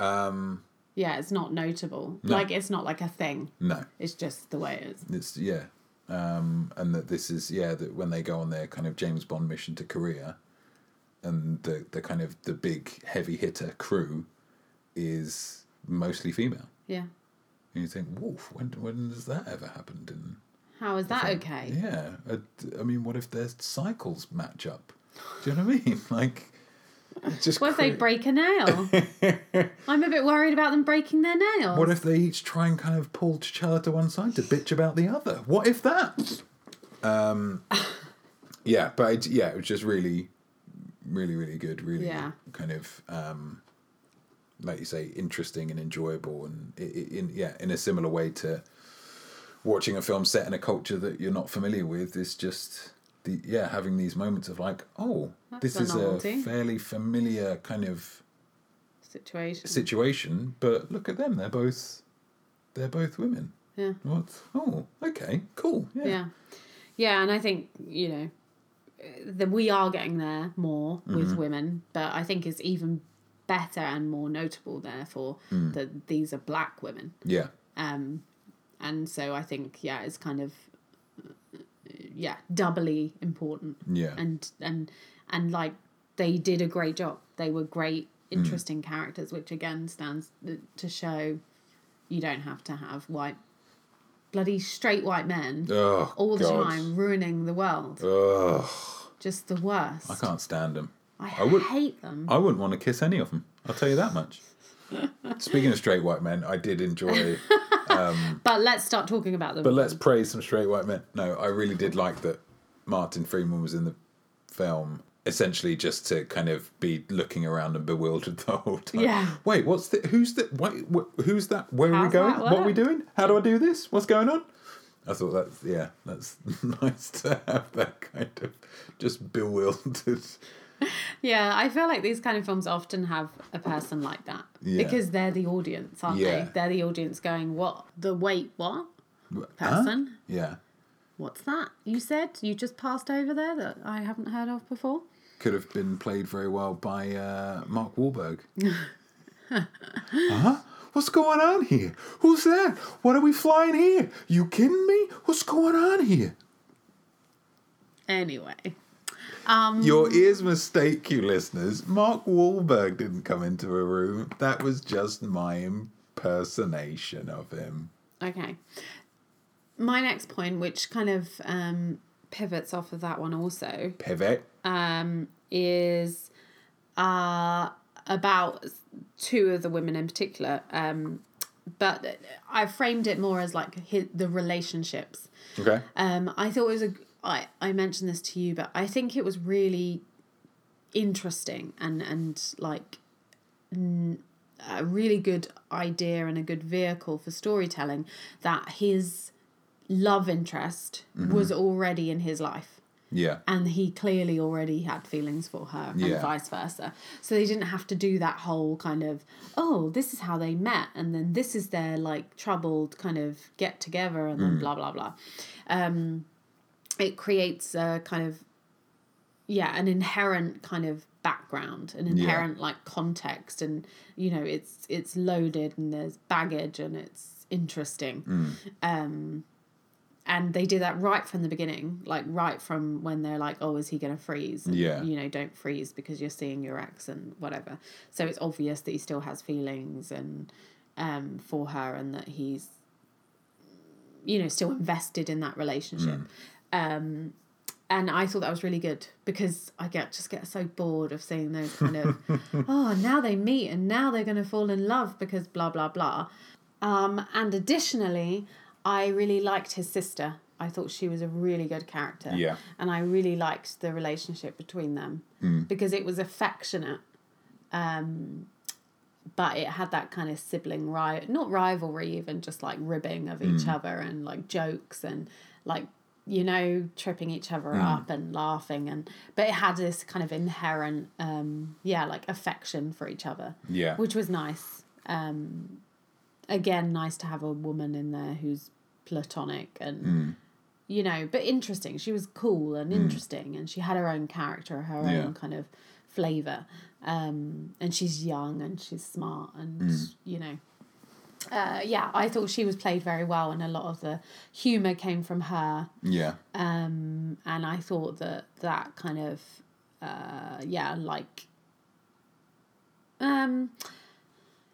S2: Um,
S3: Yeah, it's not notable. Like it's not like a thing.
S2: No.
S3: It's just the way it is.
S2: It's yeah, um, and that this is yeah that when they go on their kind of James Bond mission to Korea, and the the kind of the big heavy hitter crew is mostly female.
S3: Yeah.
S2: And you think, woof, when when has that ever happened in
S3: How is that okay?
S2: Yeah, I, I mean, what if their cycles match up? Do you know what I mean? Like, it just
S3: What if they
S2: crea-
S3: break a nail? I'm a bit worried about them breaking their nails.
S2: What if they each try and kind of pull T'Challa to one side to bitch about the other? What if that? Um, yeah, but it, yeah, it was just really, really, really good. Really
S3: Yeah.
S2: kind of, um, like you say, interesting and enjoyable, and i- i- in yeah, in a similar way to watching a film set in a culture that you're not familiar with is just the yeah having these moments of like, oh, this
S3: a
S2: is
S3: novelty.
S2: a fairly familiar kind of
S3: situation?
S2: situation, but look at them. They're both they're both women.
S3: yeah.
S2: What? Oh, okay, cool. Yeah.
S3: yeah yeah and i think you know that we are getting there more with
S2: Mm-hmm.
S3: women but i think it's even better and more notable therefore
S2: Mm.
S3: that these are black women
S2: Yeah.
S3: um and so i think yeah it's kind of uh, yeah doubly important
S2: Yeah.
S3: and and and like they did a great job they were great
S2: Mm.
S3: interesting characters which again stands to show you don't have to have white bloody straight white men
S2: Oh,
S3: all the
S2: God.
S3: time, ruining the world.
S2: Ugh,
S3: Just the worst.
S2: I can't stand them.
S3: I,
S2: I would-
S3: hate them.
S2: I wouldn't want to kiss any of them. I'll tell you that much. Speaking of straight white men, I did enjoy.
S3: But let's start talking about them.
S2: But let's praise some straight white men. No, I really did like that Martin Freeman was in the film, essentially just to kind of be looking around and bewildered the whole time.
S3: Yeah.
S2: Wait, what's the? Who's the? Wait, wh- who's that? Where are we
S3: How's
S2: going?
S3: that
S2: What are we
S3: work?
S2: doing? How do I do this? What's going on? I thought that's yeah, that's nice to have that kind of just bewildered.
S3: yeah, I feel like these kind of films often have a person like that
S2: Yeah.
S3: because they're the audience, aren't
S2: Yeah.
S3: they? They're the audience going, "What? The wait, what? Person?
S2: Huh? Yeah,
S3: What's that? You said you just passed over there that I haven't heard of before."
S2: could have been played very well by uh, Mark Wahlberg. huh? What's going on here? Who's that? What are we flying here? You kidding me? What's going on here?
S3: Anyway, um,
S2: Your ears mistake you, listeners. Mark Wahlberg didn't come into a room. That was just my impersonation of him.
S3: Okay. My next point, which kind of um, pivots off of that one also, um,
S2: Pivot.
S3: is uh, about two of the women in particular. Um, but I framed it more as like hi- the relationships.
S2: Okay.
S3: Um, I thought it was a. I, I mentioned this to you, but I think it was really interesting and and like n- a really good idea and a good vehicle for storytelling that his love interest was already in his life
S2: Yeah.
S3: and he clearly already had feelings for her
S2: Yeah.
S3: and vice versa so they didn't have to do that whole kind of oh this is how they met and then this is their like troubled kind of get together and then blah blah blah um it creates a kind of yeah an inherent kind of background an inherent like context and you know it's it's loaded and there's baggage and it's interesting and they do that right from the beginning like right from when they're like oh is he going to freeze and,
S2: Yeah.
S3: you know don't freeze because you're seeing your ex and whatever so it's obvious that he still has feelings and um for her and that he's you know still invested in that relationship um and I thought that was really good because I get just get so bored of seeing those kind of oh now they meet and now they're going to fall in love because blah blah blah um, and additionally, I really liked his sister. I thought she was a really good character.
S2: Yeah.
S3: And I really liked the relationship between them because it was affectionate. Um, but it had that kind of sibling ri not rivalry, even just like ribbing of each other and like jokes and like, you know, tripping each other up and laughing. And, but it had this kind of inherent, um, yeah, like affection for each other,
S2: Yeah.
S3: which was nice Um, again nice to have a woman in there who's platonic and
S2: Hmm.
S3: you know but interesting she was cool and interesting and she had her own character her
S2: Yeah.
S3: own kind of flavor um and she's young and she's smart and
S2: Hmm.
S3: you know uh, yeah, I thought she was played very well, and a lot of the humor came from her
S2: Yeah.
S3: um, and I thought that that kind of uh, yeah like um,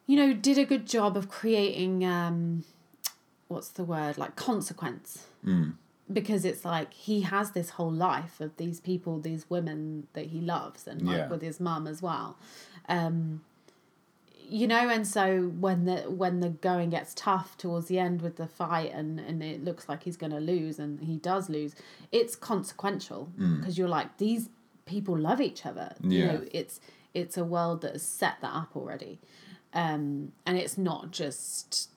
S3: you know did a good job of creating um, what's the word like consequence because it's like he has this whole life of these people, these women that he loves, and like
S2: Yeah.
S3: with his mum as well. Um, you know, and so when the when the going gets tough towards the end with the fight, and and it looks like he's going to lose, and he does lose, it's consequential because you're like these people love each other. You
S2: Yeah.
S3: know, it's it's a world that has set that up already, um, and it's not just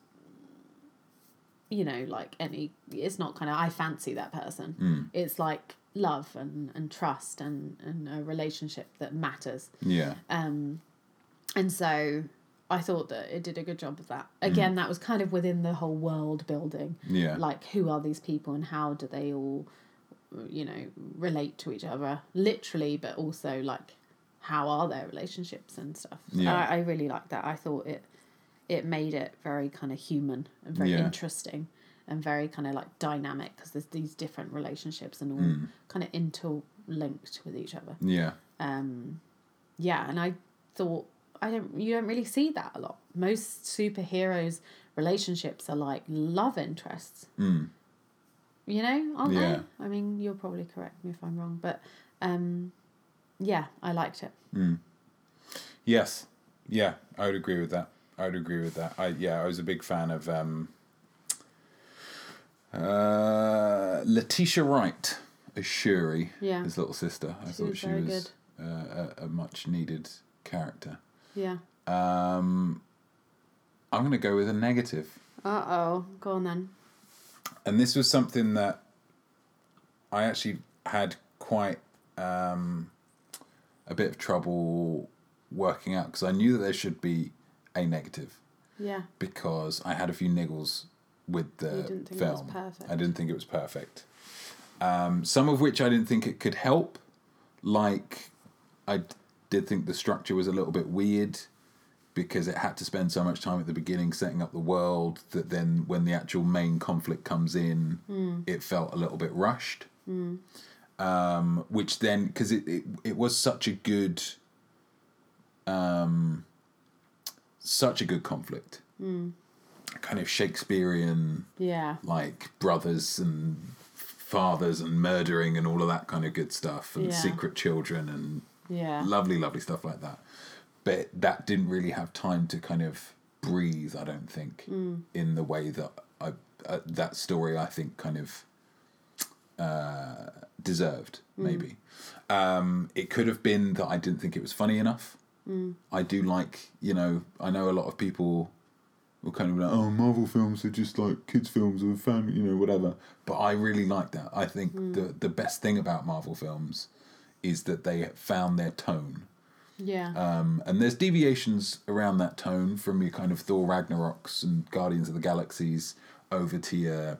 S3: you know, like any, it's not kind of, I fancy that person. It's like love and, and trust and, and a relationship that matters.
S2: Yeah.
S3: Um, And so I thought that it did a good job of that. Again, that was kind of within the whole world building.
S2: Mhm. Yeah.
S3: Like, who are these people and how do they all, you know, relate to each other, literally, but also like, how are their relationships and stuff?
S2: Yeah.
S3: I, I really liked that. I thought it it made it very kind of human and very
S2: Yeah.
S3: interesting and very kind of like dynamic because there's these different relationships and all
S2: Mm.
S3: kind of interlinked with each other
S2: yeah.
S3: yeah and i thought i don't you don't really see that a lot most superheroes relationships are like love interests you know aren't
S2: Hmm. Yeah.
S3: they i mean you'll probably correct me if i'm wrong but um yeah i liked it
S2: Yes. Yeah, I would agree with that. I would agree with that. I yeah, I was a big fan of um uh Letitia Wright as Shuri,
S3: Yeah.
S2: his little sister. I
S3: She
S2: thought
S3: was
S2: she
S3: very
S2: was uh, a, a much needed character. Um,
S3: yeah
S2: I'm going to go with a negative.
S3: uh-oh go on then
S2: and this was something that I actually had quite um, a bit of trouble working out because I knew that there should be a negative
S3: yeah
S2: because I had a few niggles with the
S3: You didn't think it was
S2: film.
S3: perfect.
S2: I didn't think it was perfect. Um, some of which I didn't think it could help. Like, I d- did think the structure was a little bit weird because it had to spend so much time at the beginning setting up the world that then when the actual main conflict comes in,
S3: Hmm.
S2: it felt a little bit rushed. Um, which then, because it, it, it was such a good. Um, such a good conflict kind of Shakespearean
S3: yeah
S2: like brothers and fathers and murdering and all of that kind of good stuff and
S3: Yeah.
S2: secret children and
S3: yeah
S2: lovely lovely stuff like that but that didn't really have time to kind of breathe i don't think
S3: Mm.
S2: in the way that i uh, that story i think kind of uh, deserved
S3: Mm.
S2: maybe um, it could have been that i didn't think it was funny enough
S3: Mm.
S2: i do like you know i know a lot of people were kind of like oh marvel films are just like kids films or family you know whatever but i really like that i think the the best thing about marvel films is that they found their tone.
S3: yeah
S2: Um, and there's deviations around that tone from your kind of Thor Ragnaroks and Guardians of the Galaxies over to your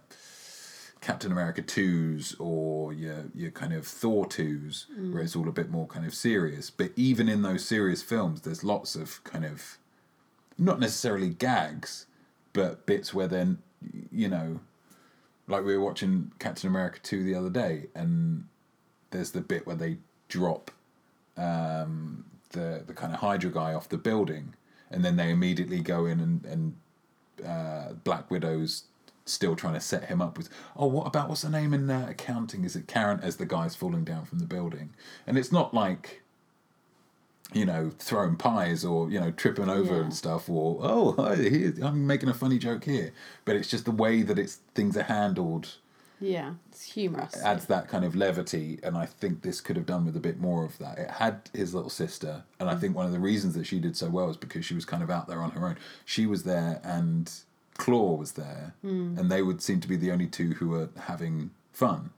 S2: Captain America 2s or your, your kind of Thor 2s, where it's all a bit more kind of serious. But even in those serious films, there's lots of kind of not necessarily gags, but bits where then, you know, like we were watching Captain America 2 the other day, and there's the bit where they drop um, the the kind of Hydra guy off the building, and then they immediately go in and and uh, Black Widow's still trying to set him up with oh what about what's her name in uh, accounting is it Karen as the guy's falling down from the building, and it's not like you know throwing pies or you know tripping over
S3: Yeah.
S2: and stuff or oh hi, here, I'm making a funny joke here, but it's just the way that it's things are handled
S3: yeah it's humorous
S2: adds that kind of levity and i think this could have done with a bit more of that it had his little sister and i think one of the reasons that she did so well is because she was kind of out there on her own she was there and claw was there and they would seem to be the only two who were having fun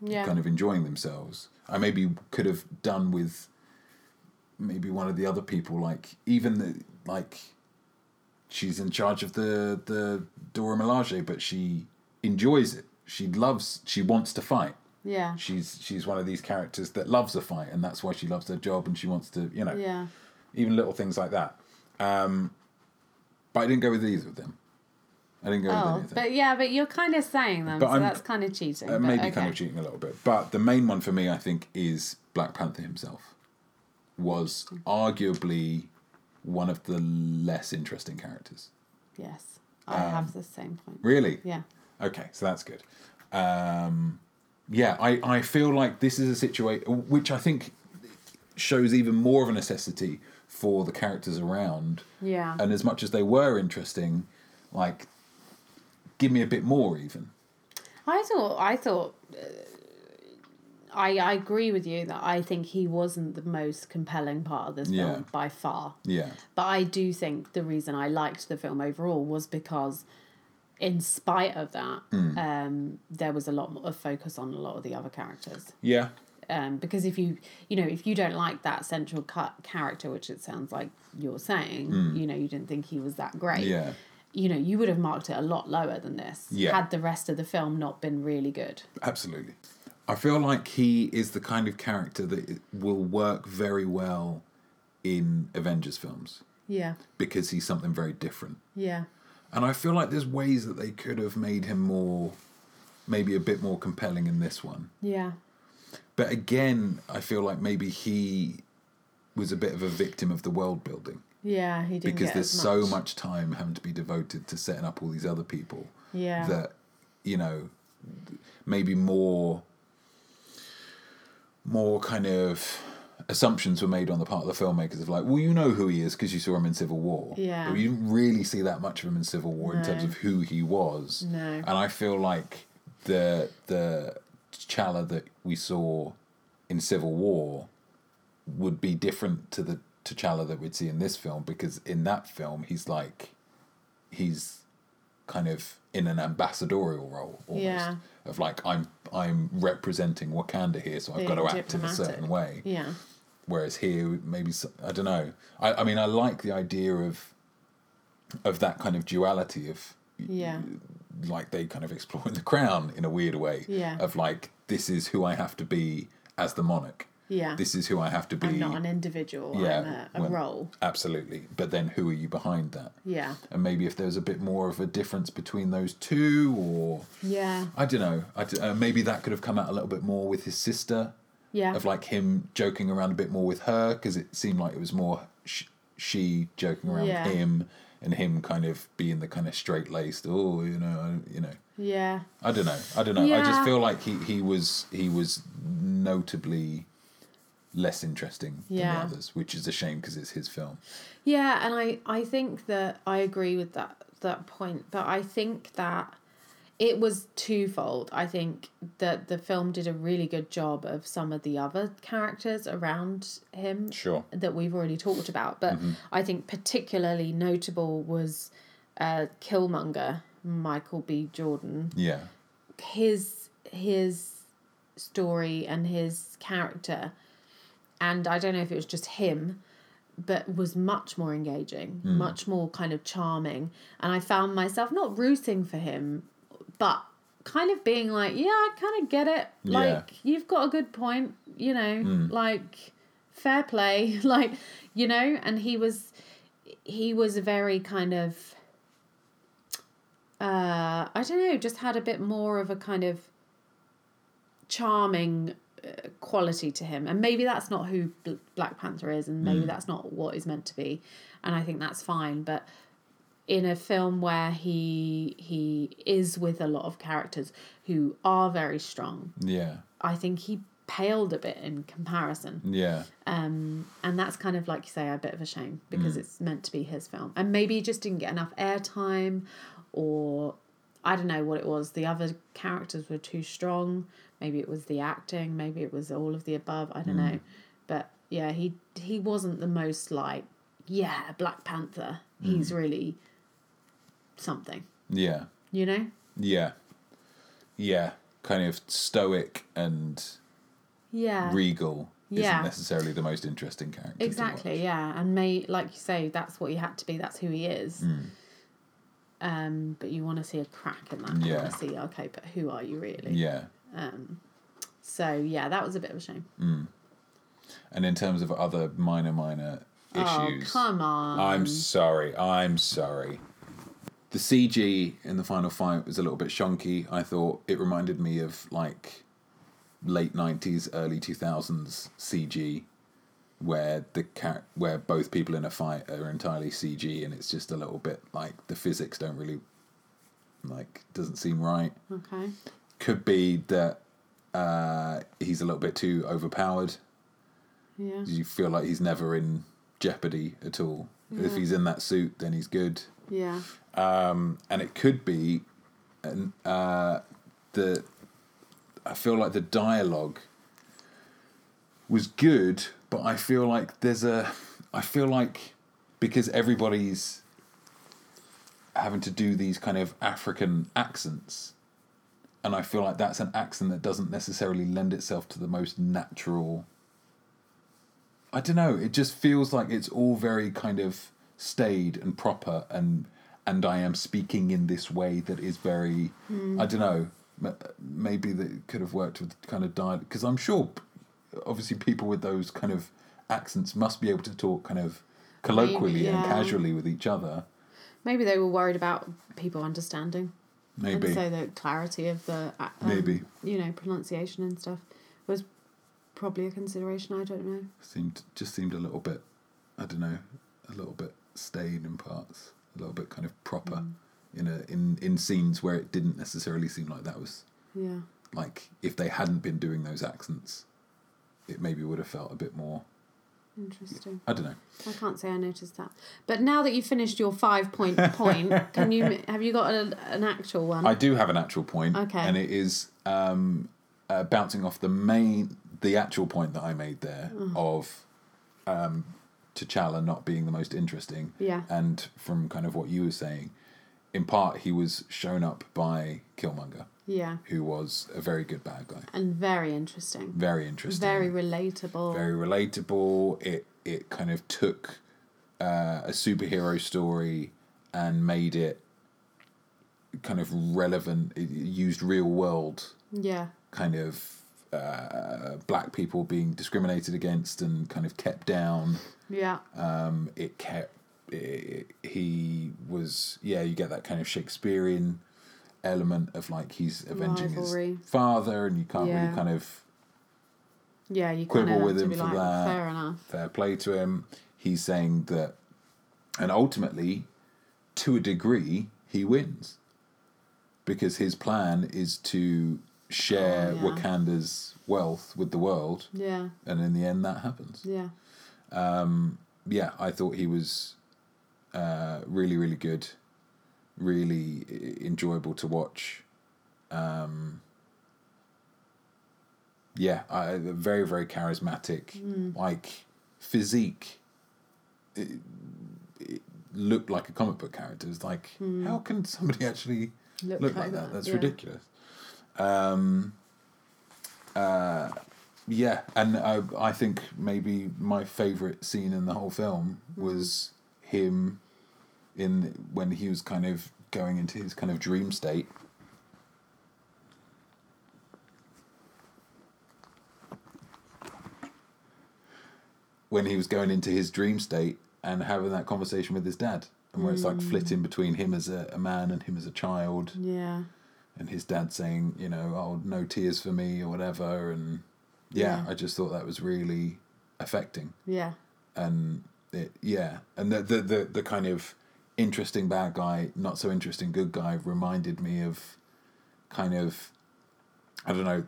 S3: yeah
S2: kind of enjoying themselves i maybe could have done with maybe one of the other people like even the like she's in charge of the the dora milaje but she enjoys it she loves she wants to fight
S3: yeah
S2: she's she's one of these characters that loves a fight and that's why she loves her job and she wants to you know
S3: yeah
S2: even little things like that um but i didn't go with either of them i didn't go with any
S3: oh
S2: of them
S3: but yeah but you're kind of saying them
S2: But
S3: so
S2: I'm-
S3: that's kind of cheating
S2: uh,
S3: but
S2: maybe
S3: okay.
S2: kind of cheating a little bit but the main one for me i think is black panther himself was arguably one of the less interesting characters Um,
S3: yes i have the same point
S2: really
S3: yeah
S2: okay so that's good Um, yeah, I, I feel like this is a situation which I think shows even more of a necessity for the characters around.
S3: Yeah.
S2: And as much as they were interesting, like, give me a bit more even.
S3: I thought I thought uh, I I agree with you that I think he wasn't the most compelling part of this
S2: Yeah.
S3: film by far.
S2: Yeah.
S3: But I do think the reason I liked the film overall was because in spite of that,
S2: Hmm.
S3: um, there was a lot of focus on a lot of the other characters.
S2: Yeah.
S3: Um, because if you you know if you don't like that central cut character, which it sounds like you're saying, you know you didn't think he was that great
S2: Hmm. Yeah.
S3: you know, you would have marked it a lot lower than this
S2: Yeah.
S3: had the rest of the film not been really good.
S2: Absolutely. I feel like he is the kind of character that it- will work very well in Avengers films
S3: Yeah,
S2: because he's something very different.
S3: yeah,
S2: And I feel like there's ways that they could have made him more, maybe a bit more compelling in this one.
S3: yeah,
S2: But again, I feel like maybe he was a bit of a victim of the world building
S3: yeah. He didn't
S2: because
S3: get
S2: there's
S3: as
S2: so much time having to be devoted to setting up all these other people
S3: Yeah,
S2: that you know maybe more more kind of assumptions were made on the part of the filmmakers of like well you know who he is because you saw him in civil war
S3: Yeah.
S2: but you didn't really see that much of him in civil war in terms
S3: No.
S2: of who he was
S3: No.
S2: and i feel like the the chala that we saw in civil war would be different to the T'Challa that we'd see in this film because in that film he's like he's kind of in an ambassadorial role almost
S3: Yeah.
S2: of like I'm I'm representing Wakanda here so I've got to
S3: Being
S2: act in a certain
S3: diplomatic.
S2: way
S3: yeah,
S2: whereas here maybe s- I don't know I, I mean I like the idea of of that kind of duality of
S3: yeah,
S2: like they kind of explore in the crown in a weird way
S3: Yeah.
S2: of like this is who I have to be as the monarch
S3: yeah.
S2: this is who I have to be
S3: I'm not an individual. I'm
S2: yeah,
S3: a, a
S2: well,
S3: role.
S2: Absolutely, but then who are you behind that?
S3: Yeah,
S2: And maybe if there's a bit more of a difference between those two, or
S3: yeah,
S2: I don't know, I d- uh, maybe that could have come out a little bit more with his sister,
S3: yeah,
S2: of like him joking around a bit more with her, because it seemed like it was more sh- she joking around
S3: Yeah.
S2: with him, and him kind of being the kind of straight laced, oh, you know, I, you know,
S3: yeah,
S2: I don't know, I don't know. I just
S3: Yeah.
S2: feel like he he was he was notably less interesting
S3: Yeah.
S2: than the others, which is a shame because it's his film.
S3: yeah. And I, I think that I agree with that that point, but I think that it was twofold. I think that the film did a really good job of some of the other characters around him
S2: Sure.
S3: that we've already talked about, but I think particularly notable was uh, Killmonger, Michael B. Jordan.
S2: Yeah.
S3: His his story and his character, and I don't know if it was just him, but was much more engaging, much more kind of charming, and I found myself not rooting for him, but kind of being like, yeah, I kind of get it.
S2: Yeah.
S3: Like you've got a good point, you know, like fair play like you know and he was he was a very kind of uh i don't know just had a bit more of a kind of charming uh, quality to him and maybe that's not who Bl- black panther is and maybe that's not what he's meant to be and i think that's fine but in a film where he he is with a lot of characters who are very strong
S2: Yeah.
S3: i think he paled a bit in comparison
S2: Yeah.
S3: um, and that's kind of like you say, a bit of a shame because it's meant to be his film, and maybe he just didn't get enough airtime, or I don't know what it was. The other characters were too strong. Maybe it was the acting. Maybe it was all of the above. I don't know, but yeah, he he wasn't the most like yeah Black Panther. He's really something,
S2: Yeah.
S3: you know.
S2: Yeah. Yeah. Kind of stoic and
S3: Yeah,
S2: regal
S3: Yeah.
S2: isn't necessarily the most interesting character. to
S3: exactly. Yeah, and may like you say, that's what he had to be. That's who he is.
S2: Hmm.
S3: Um, but you want to see a crack in that. You
S2: Yeah.
S3: want to see okay, but who are you
S2: watch.
S3: really?
S2: Yeah.
S3: So yeah, that was a bit of a shame.
S2: And in terms of other minor, minor issues.
S3: Oh come on!
S2: I'm sorry. I'm sorry. The CG in the final fight was a little bit shonky. I thought it reminded me of like late '90s, early 2000s CG, where the cat, where both people in a fight are entirely CG, and it's just a little bit like the physics don't really like doesn't seem right.
S3: Okay.
S2: Could be that uh, he's a little bit too overpowered.
S3: Yeah.
S2: You feel like he's never in jeopardy at all. If he's in that suit, then he's good.
S3: Yeah.
S2: and it could be an, uh, the I feel like the dialogue was good, but I feel like there's a I feel like because everybody's having to do these kind of African accents, and I feel like that's an accent that doesn't necessarily lend itself to the most natural. I don't know. It just feels like it's all very kind of staid and proper, and and I am speaking in this way that is very. I don't know. m- Maybe that could have worked with kind of dialect because I'm sure, obviously, people with those kind of accents must be able to talk kind of colloquially and
S3: yeah.
S2: casually with each other.
S3: Maybe they were worried about people understanding.
S2: Maybe.
S3: And so the clarity of the uh, um,
S2: Maybe.
S3: you know pronunciation and stuff was probably a consideration. I don't know.
S2: seemed just seemed a little bit I don't know, a little bit staid in parts, a little bit kind of proper in a in in scenes where it didn't necessarily seem like that was
S3: Yeah.
S2: like if they hadn't been doing those accents, it maybe would have felt a bit more
S3: Interesting.
S2: I don't know.
S3: I can't say I noticed that. But now that you've finished your five point point, can you have you got a, an actual one?
S2: I do have an actual point,
S3: Okay.
S2: and it is um, uh, bouncing off the main, the actual point that I made there of um, T'Challa not being the most interesting.
S3: Yeah.
S2: And from kind of what you were saying, in part he was shown up by Killmonger,
S3: yeah.
S2: who was a very good bad guy,
S3: And very interesting.
S2: very interesting,
S3: Very relatable.
S2: very relatable. It it kind of took uh, a superhero story and made it kind of relevant. It used real world
S3: yeah.
S2: kind of uh, black people being discriminated against and kind of kept down.
S3: Yeah.
S2: Um, it kept it, he was yeah. You get that kind of Shakespearean element of like he's avenging
S3: Rivalry.
S2: his father, and you can't
S3: Yeah.
S2: really kind of
S3: yeah. You kind
S2: quibble
S3: of have
S2: with
S3: to
S2: him
S3: be
S2: for
S3: like,
S2: that.
S3: fair enough.
S2: fair play to him. He's saying that, and ultimately, to a degree, he wins because his plan is to share
S3: Oh, yeah.
S2: Wakanda's wealth with the world,
S3: Yeah.
S2: and in the end, that happens.
S3: Yeah.
S2: Yeah, I thought he was uh, really, really good, really e- enjoyable to watch. Um, yeah, I, very, very charismatic, like physique. It, it looked like a comic book character. It's like, how can somebody actually
S3: Look
S2: look,
S3: like
S2: like, that?
S3: that,
S2: That's
S3: yeah.
S2: ridiculous. Um, uh, Yeah, and I, I think maybe my favorite scene in the whole film was him in when he was kind of going into his kind of dream state. When he was going into his dream state and having that conversation with his dad, and where it's like flitting between him as a, a man and him as a child
S3: Yeah.
S2: and his dad saying, you know, oh, no tears for me or whatever. And yeah,
S3: Yeah.
S2: I just thought that was really affecting.
S3: Yeah.
S2: And it, yeah, and the, the the the kind of interesting bad guy, not so interesting good guy, reminded me of kind of I don't know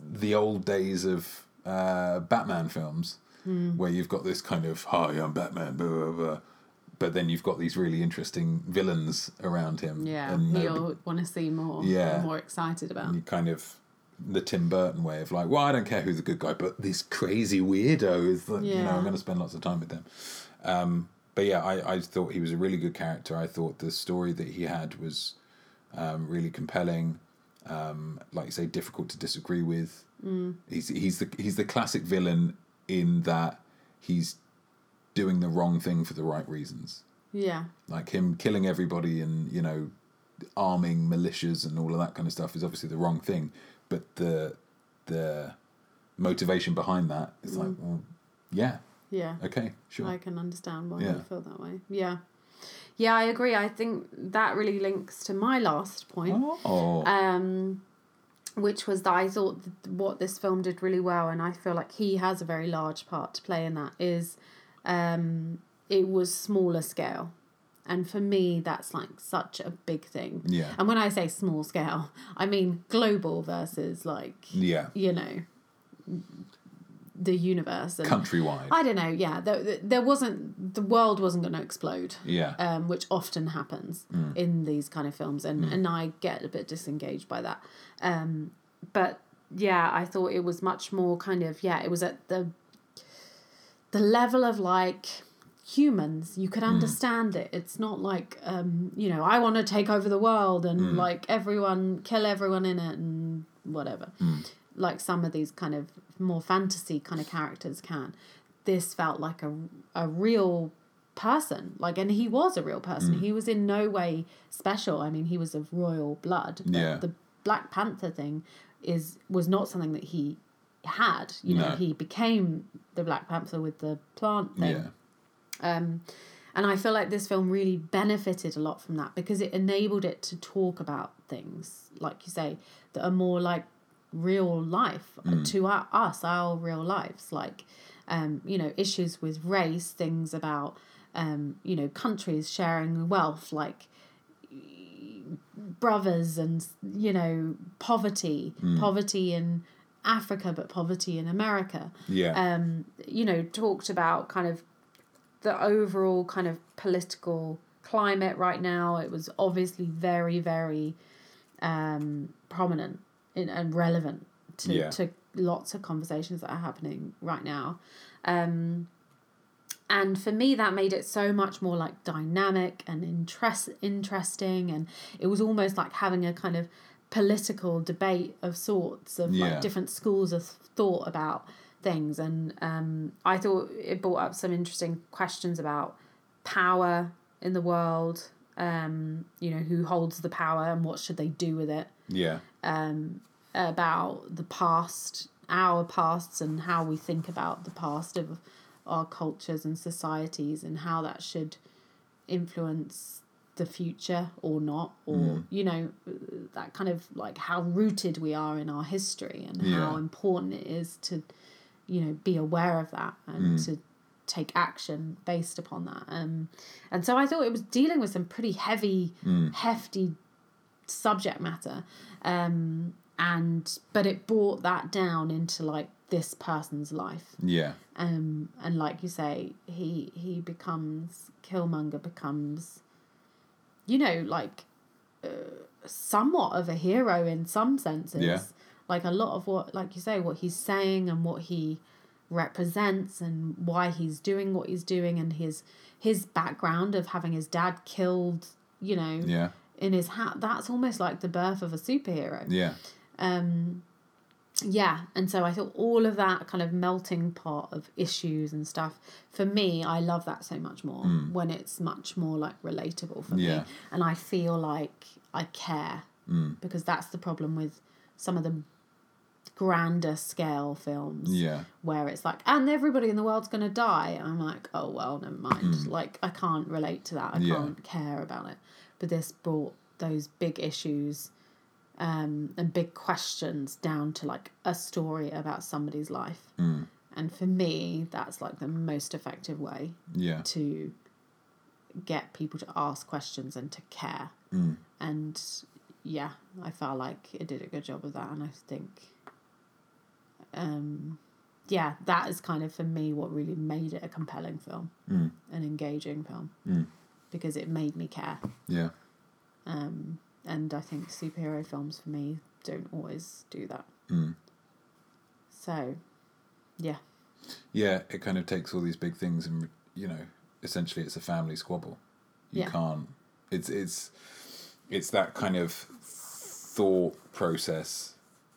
S2: the old days of uh, Batman films where you've got this kind of hi, I'm Batman, blah, blah, blah. But then you've got these really interesting villains around him.
S3: Yeah.
S2: and nobody-
S3: He'll want to see more.
S2: Yeah.
S3: More excited about.
S2: you kind of the Tim Burton way of like, well, I don't care who's the good guy, but this crazy weirdo is, the, you know,
S3: Yeah.
S2: I'm going to spend lots of time with them. Um, but yeah, I, I thought he was a really good character. I thought the story that he had was um, really compelling. Um, like you say, difficult to disagree with. He's he's the he's the classic villain in that he's doing the wrong thing for the right reasons
S3: Yeah.
S2: like him killing everybody and you know arming militias and all of that kind of stuff is obviously the wrong thing but the the motivation behind that is like well, yeah
S3: Yeah.
S2: okay sure
S3: Mm. I can understand why you
S2: Yeah.
S3: feel that way. Yeah. Yeah, I agree. I think that really links to my last point.
S2: oh
S3: um, which was that I thought th- what this film did really well, and I feel like he has a very large part to play in that. Is um, it was smaller scale, And for me, that's like such a big thing.
S2: Yeah.
S3: And when I say small scale, I mean global versus like,
S2: Yeah.
S3: you know, the universe. And
S2: Countrywide.
S3: I don't know. Yeah, there, there wasn't the world wasn't going to explode.
S2: Yeah.
S3: um, which often happens in these kind of films, and and I get a bit disengaged by that. Um, but yeah, I thought it was much more kind of yeah, it was at the the level of like humans you
S2: Hmm.
S3: could understand it it's not like um you know i want to take over the world and
S2: Hmm.
S3: like everyone kill everyone in it and whatever
S2: Hmm.
S3: like some of these kind of more fantasy kind of characters can this felt like a a real person like and he was a real person
S2: Hmm.
S3: he was in no way special i mean he was of royal blood but
S2: Yeah.
S3: the black panther thing is was not something that he had you know
S2: No.
S3: he became the black panther with the plant thing
S2: yeah.
S3: and I feel like this film really benefited a lot from that because it enabled it to talk about things, like you say, that are more like real life to our, us, our real lives, like, um, you know, issues with race, things about, um, you know, countries sharing wealth, like brothers and, you know, poverty, poverty in Africa, but poverty in America
S2: Yeah.
S3: um, you know, talked about kind of the overall kind of political climate right now. It was obviously very, very um, prominent in, and relevant to,
S2: Yeah.
S3: to lots of conversations that are happening right now. Um, and for me, that made it so much more like dynamic and interest interesting, and it was almost like having a kind of political debate of sorts of
S2: Yeah.
S3: like different schools of thought about things and um, i thought it brought up some interesting questions about power in the world um, you know who holds the power and what should they do with it
S2: yeah.
S3: about the past, our pasts, and how we think about the past of our cultures and societies, and how that should influence the future or not, or you know, that kind of like how rooted we are in our history and how
S2: Yeah.
S3: important it is to, you know, be aware of that and to take action based upon that. Um, and so I thought it was dealing with some pretty heavy, hefty subject matter um and but it brought that down into like this person's life
S2: Yeah.
S3: um and like you say he he becomes killmonger becomes you know like uh, somewhat of a hero in some senses
S2: Yeah.
S3: like a lot of what like you say what he's saying and what he represents and why he's doing what he's doing and his his background of having his dad killed you know
S2: Yeah.
S3: in his hat that's almost like the birth of a superhero
S2: Yeah.
S3: yeah and so i thought all of that kind of melting pot of issues and stuff for me i love that so much more when it's much more like relatable for me
S2: Yeah.
S3: and i feel like i care because that's the problem with some of the grander scale films
S2: Yeah.
S3: where it's like and everybody in the world's going to die i'm like oh well never mind like i can't relate to that i
S2: Yeah.
S3: can't care about it but this brought those big issues um, and big questions down to like a story about somebody's life
S2: mm,
S3: and for me that's like the most effective way
S2: Yeah.
S3: to get people to ask questions and to care
S2: mm,
S3: and yeah i felt like it did a good job of that and i think um yeah that is kind of for me what really made it a compelling film
S2: Mm.
S3: an engaging film because it made me care
S2: Yeah.
S3: and I think superhero films for me don't always do that.
S2: Mm.
S3: So, yeah,
S2: yeah, it kind of takes all these big things and you know, essentially it's a family squabble. You
S3: Yeah.
S2: can't. It's it's it's that kind of thought process.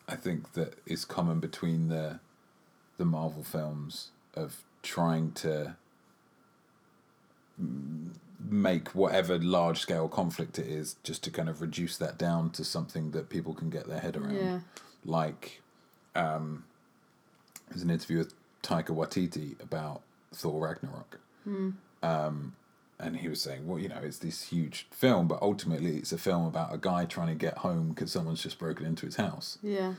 S2: I think that is common between the the Marvel films of trying to m- make whatever large scale conflict it is just to kind of reduce that down to something that people can get their head around
S3: Yeah.
S2: like um there's an interview with Taika Waititi about Thor Ragnarok
S3: Hmm.
S2: Um, and he was saying, well, you know, it's this huge film, but ultimately it's a film about a guy trying to get home because someone's just broken into his house.
S3: yeah,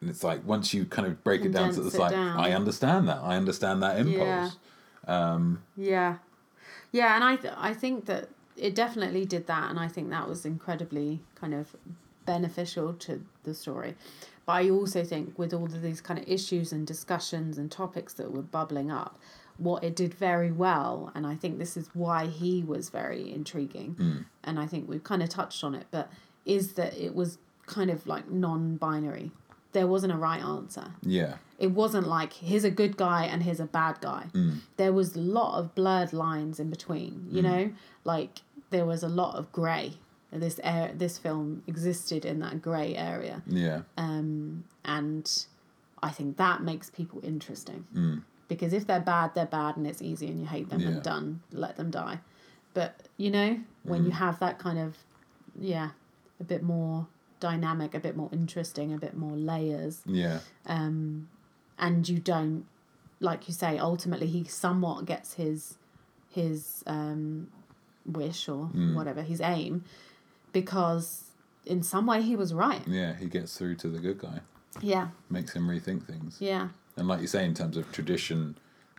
S2: And it's like once you kind of break it down to
S3: Condense
S2: it's
S3: it
S2: like
S3: down.
S2: I understand that. I understand that impulse.
S3: Yeah. yeah, yeah, and I th- I think that it definitely did that, and I think that was incredibly kind of beneficial to the story. But I also think with all of these kind of issues and discussions and topics that were bubbling up, what it did very well, and I think this is why he was very intriguing, and I think we've kind of touched on it, but is that it was kind of like non binary. There wasn't a right answer
S2: Yeah.
S3: it wasn't like here's a good guy and here's a bad guy. There was a lot of blurred lines in between, you know, like there was a lot of grey. This air, this film existed in that grey area,
S2: Yeah.
S3: um, and I think that makes people interesting because if they're bad, they're bad, and it's easy, and you hate them
S2: Yeah.
S3: and done, let them die. But you know, when you have that kind of, yeah, a bit more dynamic, a bit more interesting, a bit more layers
S2: Yeah.
S3: and you don't like you say ultimately he somewhat gets his his um wish or
S2: Mm.
S3: whatever his aim because in some way he was right
S2: Yeah. He gets through to the good guy.
S3: yeah
S2: Makes him rethink things.
S3: yeah
S2: And like you say, in terms of tradition,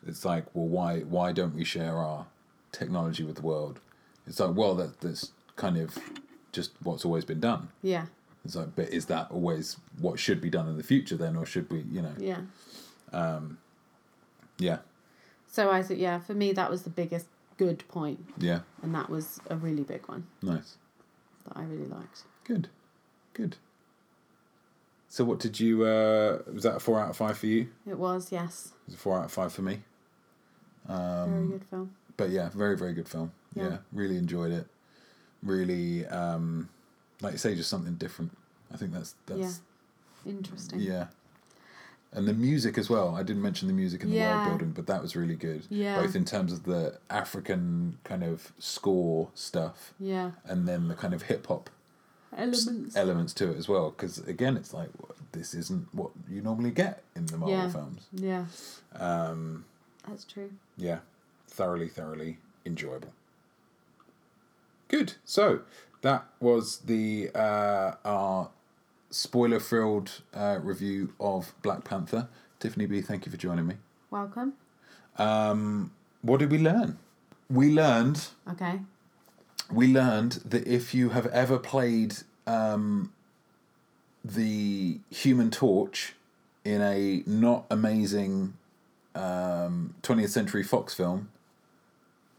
S2: it's like, well, why why don't we share our technology with the world? It's like, well, that that's kind of just what's always been done.
S3: yeah
S2: It's like, but is that always what should be done in the future then, or should we, you know?
S3: yeah
S2: Yeah,
S3: so i think yeah for me that was the biggest good point
S2: yeah,
S3: and that was a really big one
S2: nice,
S3: that i really liked
S2: good, good. So, what did you? uh Was that a four out of five for you? It
S3: it was yes
S2: was a four out of five for me. Um,
S3: very good film
S2: but yeah, very very good film. Yeah,
S3: Yeah.
S2: really enjoyed it. Really, um, like you say, just something different. I think that's that's
S3: interesting
S2: yeah. And the music as well. I didn't mention the music in the
S3: Yeah.
S2: world building, but that was really good.
S3: Yeah.
S2: Both in terms of the African kind of score stuff,
S3: yeah
S2: and then the kind of hip hop
S3: elements
S2: elements to it as well. Because again, it's like this isn't what you normally get in the Marvel
S3: Yeah.
S2: films.
S3: yeah um that's true
S2: Yeah, thoroughly, thoroughly enjoyable. Good. So that was the uh, our spoiler-filled uh, review of Black Panther. Tiffany B, thank you for joining me.
S3: welcome
S2: What did we learn? We learned
S3: okay
S2: we learned that if you have ever played um, the Human Torch in a not amazing um, 20th Century Fox film,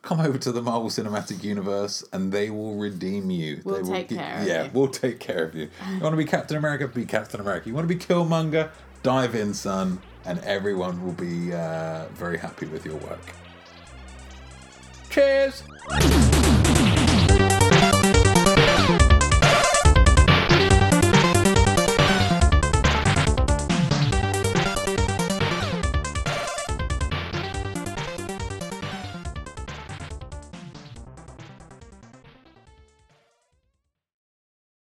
S2: come over to the Marvel Cinematic Universe and they will redeem you.
S3: We'll
S2: they will
S3: take
S2: gi-
S3: care of
S2: yeah,
S3: you.
S2: we'll take care of you. You want to be Captain America? Be Captain America. You want to be Killmonger? Dive in, son, and everyone will be uh, very happy with your work. Cheers!